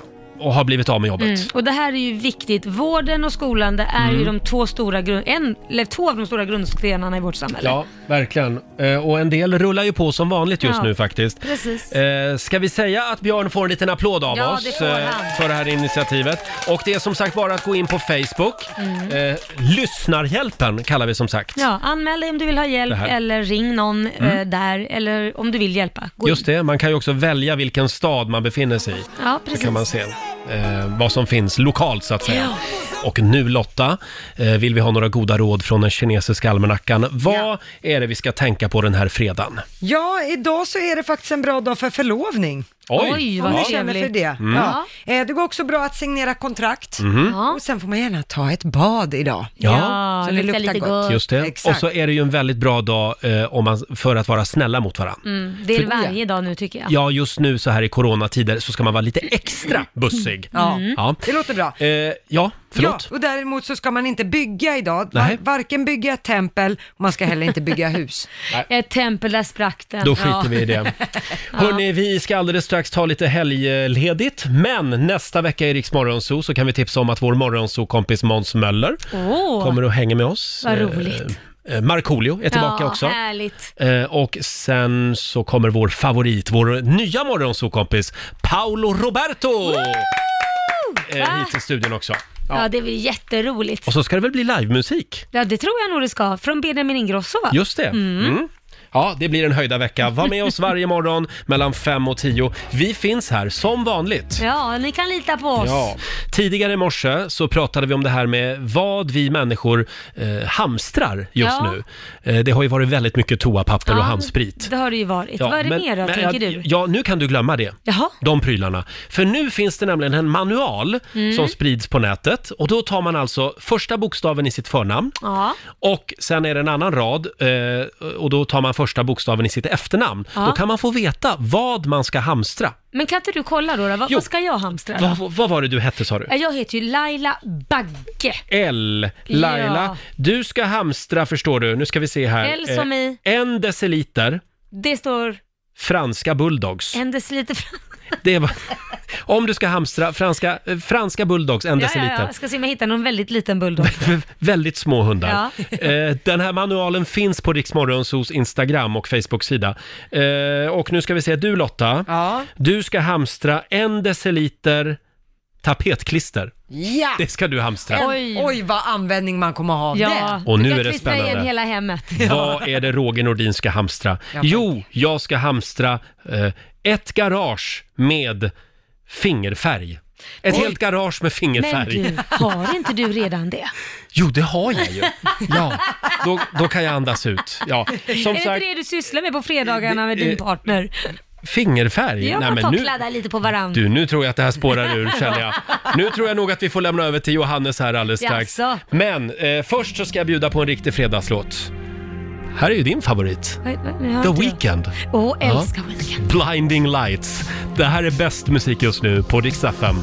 Speaker 1: eh, och har blivit av med jobbet.
Speaker 2: Mm. Och det här är ju viktigt. Vården och skolan, det är
Speaker 1: Mm.
Speaker 2: ju de två, stora grund, en, eller två av de stora grundstenarna i vårt samhälle.
Speaker 1: Ja, verkligen. Eh, Och en del rullar ju på som vanligt just
Speaker 2: Ja,
Speaker 1: nu faktiskt.
Speaker 2: precis.
Speaker 1: Eh, Ska vi säga att Björn får en liten applåd av
Speaker 2: Ja, det
Speaker 1: oss
Speaker 2: får
Speaker 1: eh,
Speaker 2: han.
Speaker 1: för det här initiativet? Och det är som sagt bara att gå in på Facebook. Eh, Lyssnarhjälpen kallar vi som sagt.
Speaker 2: Mm. Ja, anmäl dig om du vill ha hjälp
Speaker 1: Det här.
Speaker 2: eller ring någon
Speaker 1: Mm.
Speaker 2: eh, där eller om du vill hjälpa. Gå in.
Speaker 1: Just det, man kan ju också välja vilken stad man befinner sig i.
Speaker 2: Ja,
Speaker 1: Så
Speaker 2: precis.
Speaker 1: kan man se eh, vad som finns lokalt så att säga. Och nu Lotta, eh, vill vi ha några goda råd från den kinesiska almanackan. Vad är det vi ska tänka på den här fredagen?
Speaker 3: Ja, idag så är det faktiskt en bra dag för förlovning.
Speaker 1: Oj. Oj, vad
Speaker 3: Om du
Speaker 1: trevligt.
Speaker 3: känner för det.
Speaker 1: Mm.
Speaker 3: Ja. Eh, Det går också bra att signera kontrakt.
Speaker 1: Mhm.
Speaker 3: Och sen får man gärna ta ett bad idag.
Speaker 1: Ja.
Speaker 3: så det luktar gott.
Speaker 1: Just det.
Speaker 3: Exakt.
Speaker 1: Och så är det ju en väldigt bra dag eh, om man, för att vara snälla mot varandra.
Speaker 2: Mm, det är
Speaker 1: För-
Speaker 2: varje dag nu tycker jag.
Speaker 1: Ja, just nu så här i coronatider så ska man vara lite extra bussig. Mm.
Speaker 3: Ja.
Speaker 1: ja.
Speaker 3: Det låter bra.
Speaker 1: Eh, ja, förlåt.
Speaker 3: Ja, och däremot så ska man inte bygga idag.
Speaker 1: Nej.
Speaker 3: Man, varken bygga ett tempel, och man ska heller inte bygga hus.
Speaker 2: Ett tempel där sprack den.
Speaker 1: Då skiter vi i det. Hörni, vi ska alldeles strax ta lite helgledigt, men nästa vecka i Rix Morgonzoo så kan vi tipsa om att vår morgonzoo-kompis Måns Möller
Speaker 2: Åh.
Speaker 1: kommer och hänger med oss.
Speaker 2: Vad
Speaker 1: Eh,
Speaker 2: roligt.
Speaker 1: eh, Markoolio är tillbaka
Speaker 2: ja,
Speaker 1: också.
Speaker 2: Härligt.
Speaker 1: Eh, Och sen så kommer vår favorit, vår nya morgonsokompis Paolo Roberto eh, hit till studion också.
Speaker 2: Ja.
Speaker 1: Ja.
Speaker 2: det blir jätteroligt.
Speaker 1: Och så ska det väl bli livemusik?
Speaker 2: Ja, det tror jag nog det ska. Från Benjamin Ingrosso va?
Speaker 1: Just det.
Speaker 2: Mm.
Speaker 1: Mm. Ja, det blir en höjda vecka. Var med oss varje morgon mellan 5 och 10. Vi finns här som vanligt.
Speaker 2: Ja, ni kan lita på oss.
Speaker 1: Ja. Tidigare i morse så pratade vi om det här med vad vi människor eh, hamstrar just
Speaker 2: Ja.
Speaker 1: nu. Eh, det har ju varit väldigt mycket toapapper
Speaker 2: Ja,
Speaker 1: och handsprit.
Speaker 2: Det har det ju varit. Vad är det
Speaker 1: men-
Speaker 2: mer då,
Speaker 1: men
Speaker 2: tänker
Speaker 1: jag-
Speaker 2: du?
Speaker 1: Ja, nu kan du glömma det.
Speaker 2: Jaha.
Speaker 1: De prylarna. För nu finns det nämligen en manual
Speaker 2: Mm.
Speaker 1: som sprids på nätet och då tar man alltså första bokstaven i sitt förnamn
Speaker 2: Ja.
Speaker 1: och sen är det en annan rad eh, och då tar man första bokstaven i sitt efternamn.
Speaker 2: Ja.
Speaker 1: Då kan man få veta vad man ska hamstra.
Speaker 2: Men kan inte du kolla då? då? Vad,
Speaker 1: Jo.
Speaker 2: vad ska jag hamstra?
Speaker 1: Va-
Speaker 2: då?
Speaker 1: va- vad var det du hette sa du?
Speaker 2: Ja, Jag heter ju Laila Bagge.
Speaker 1: L. Laila,
Speaker 2: Ja.
Speaker 1: du ska hamstra förstår du. Nu ska vi se här.
Speaker 2: L som
Speaker 1: Eh,
Speaker 2: i-
Speaker 1: En deciliter
Speaker 2: Det står
Speaker 1: franska bulldogs.
Speaker 2: en deciliter fram.
Speaker 1: Det var... Om du ska hamstra franska, eh, franska bulldogs, en
Speaker 2: Ja, ja,
Speaker 1: deciliter.
Speaker 2: ja. Ska se om jag hittar någon väldigt liten bulldog.
Speaker 1: Väldigt små hundar.
Speaker 2: Ja.
Speaker 1: Eh, den här manualen finns på Riksmorgonsos Instagram och Facebook-sida. Eh, och nu ska vi se, du Lotta, du ska hamstra en deciliter tapetklister.
Speaker 3: Ja!
Speaker 1: Det ska du hamstra.
Speaker 3: Oj. Oj, vad användning man kommer ha av
Speaker 2: Ja,
Speaker 1: Och
Speaker 2: du
Speaker 1: nu
Speaker 2: kan
Speaker 1: är det
Speaker 2: klistra igen
Speaker 1: spännande.
Speaker 2: hela hemmet.
Speaker 1: Vad är det Roger Nordin ska hamstra?
Speaker 2: Ja, tack.
Speaker 1: Jo, jag ska hamstra eh, ett garage med fingerfärg. Ett
Speaker 2: Oj.
Speaker 1: helt garage med
Speaker 2: Men
Speaker 1: fingerfärg.
Speaker 2: du, har inte du redan det?
Speaker 1: Jo, det har jag ju. Ja, då, då kan jag andas ut. Ja,
Speaker 2: är
Speaker 1: som
Speaker 2: det
Speaker 1: sagt,
Speaker 2: inte det du sysslar med på fredagarna med din
Speaker 1: eh,
Speaker 2: partner?
Speaker 1: fingerfärg.
Speaker 2: Ja,
Speaker 1: Nej,
Speaker 2: man
Speaker 1: men
Speaker 2: tar
Speaker 1: nu,
Speaker 2: kladdar lite på varandra.
Speaker 1: du, nu tror jag att det här spårar ur, känner jag. Nu tror jag nog att vi får lämna över till Johannes här alldeles strax.
Speaker 2: Jaså?
Speaker 1: Men eh, först så ska jag bjuda på en riktig fredagslåt. Här är ju din favorit.
Speaker 2: Vad- vad- nu har
Speaker 1: The
Speaker 2: inte jag-
Speaker 1: Weeknd.
Speaker 2: Åh,
Speaker 1: Ja.
Speaker 2: älskar Weeknd.
Speaker 1: Blinding Lights. Det här är bäst musik just nu på Dix FM.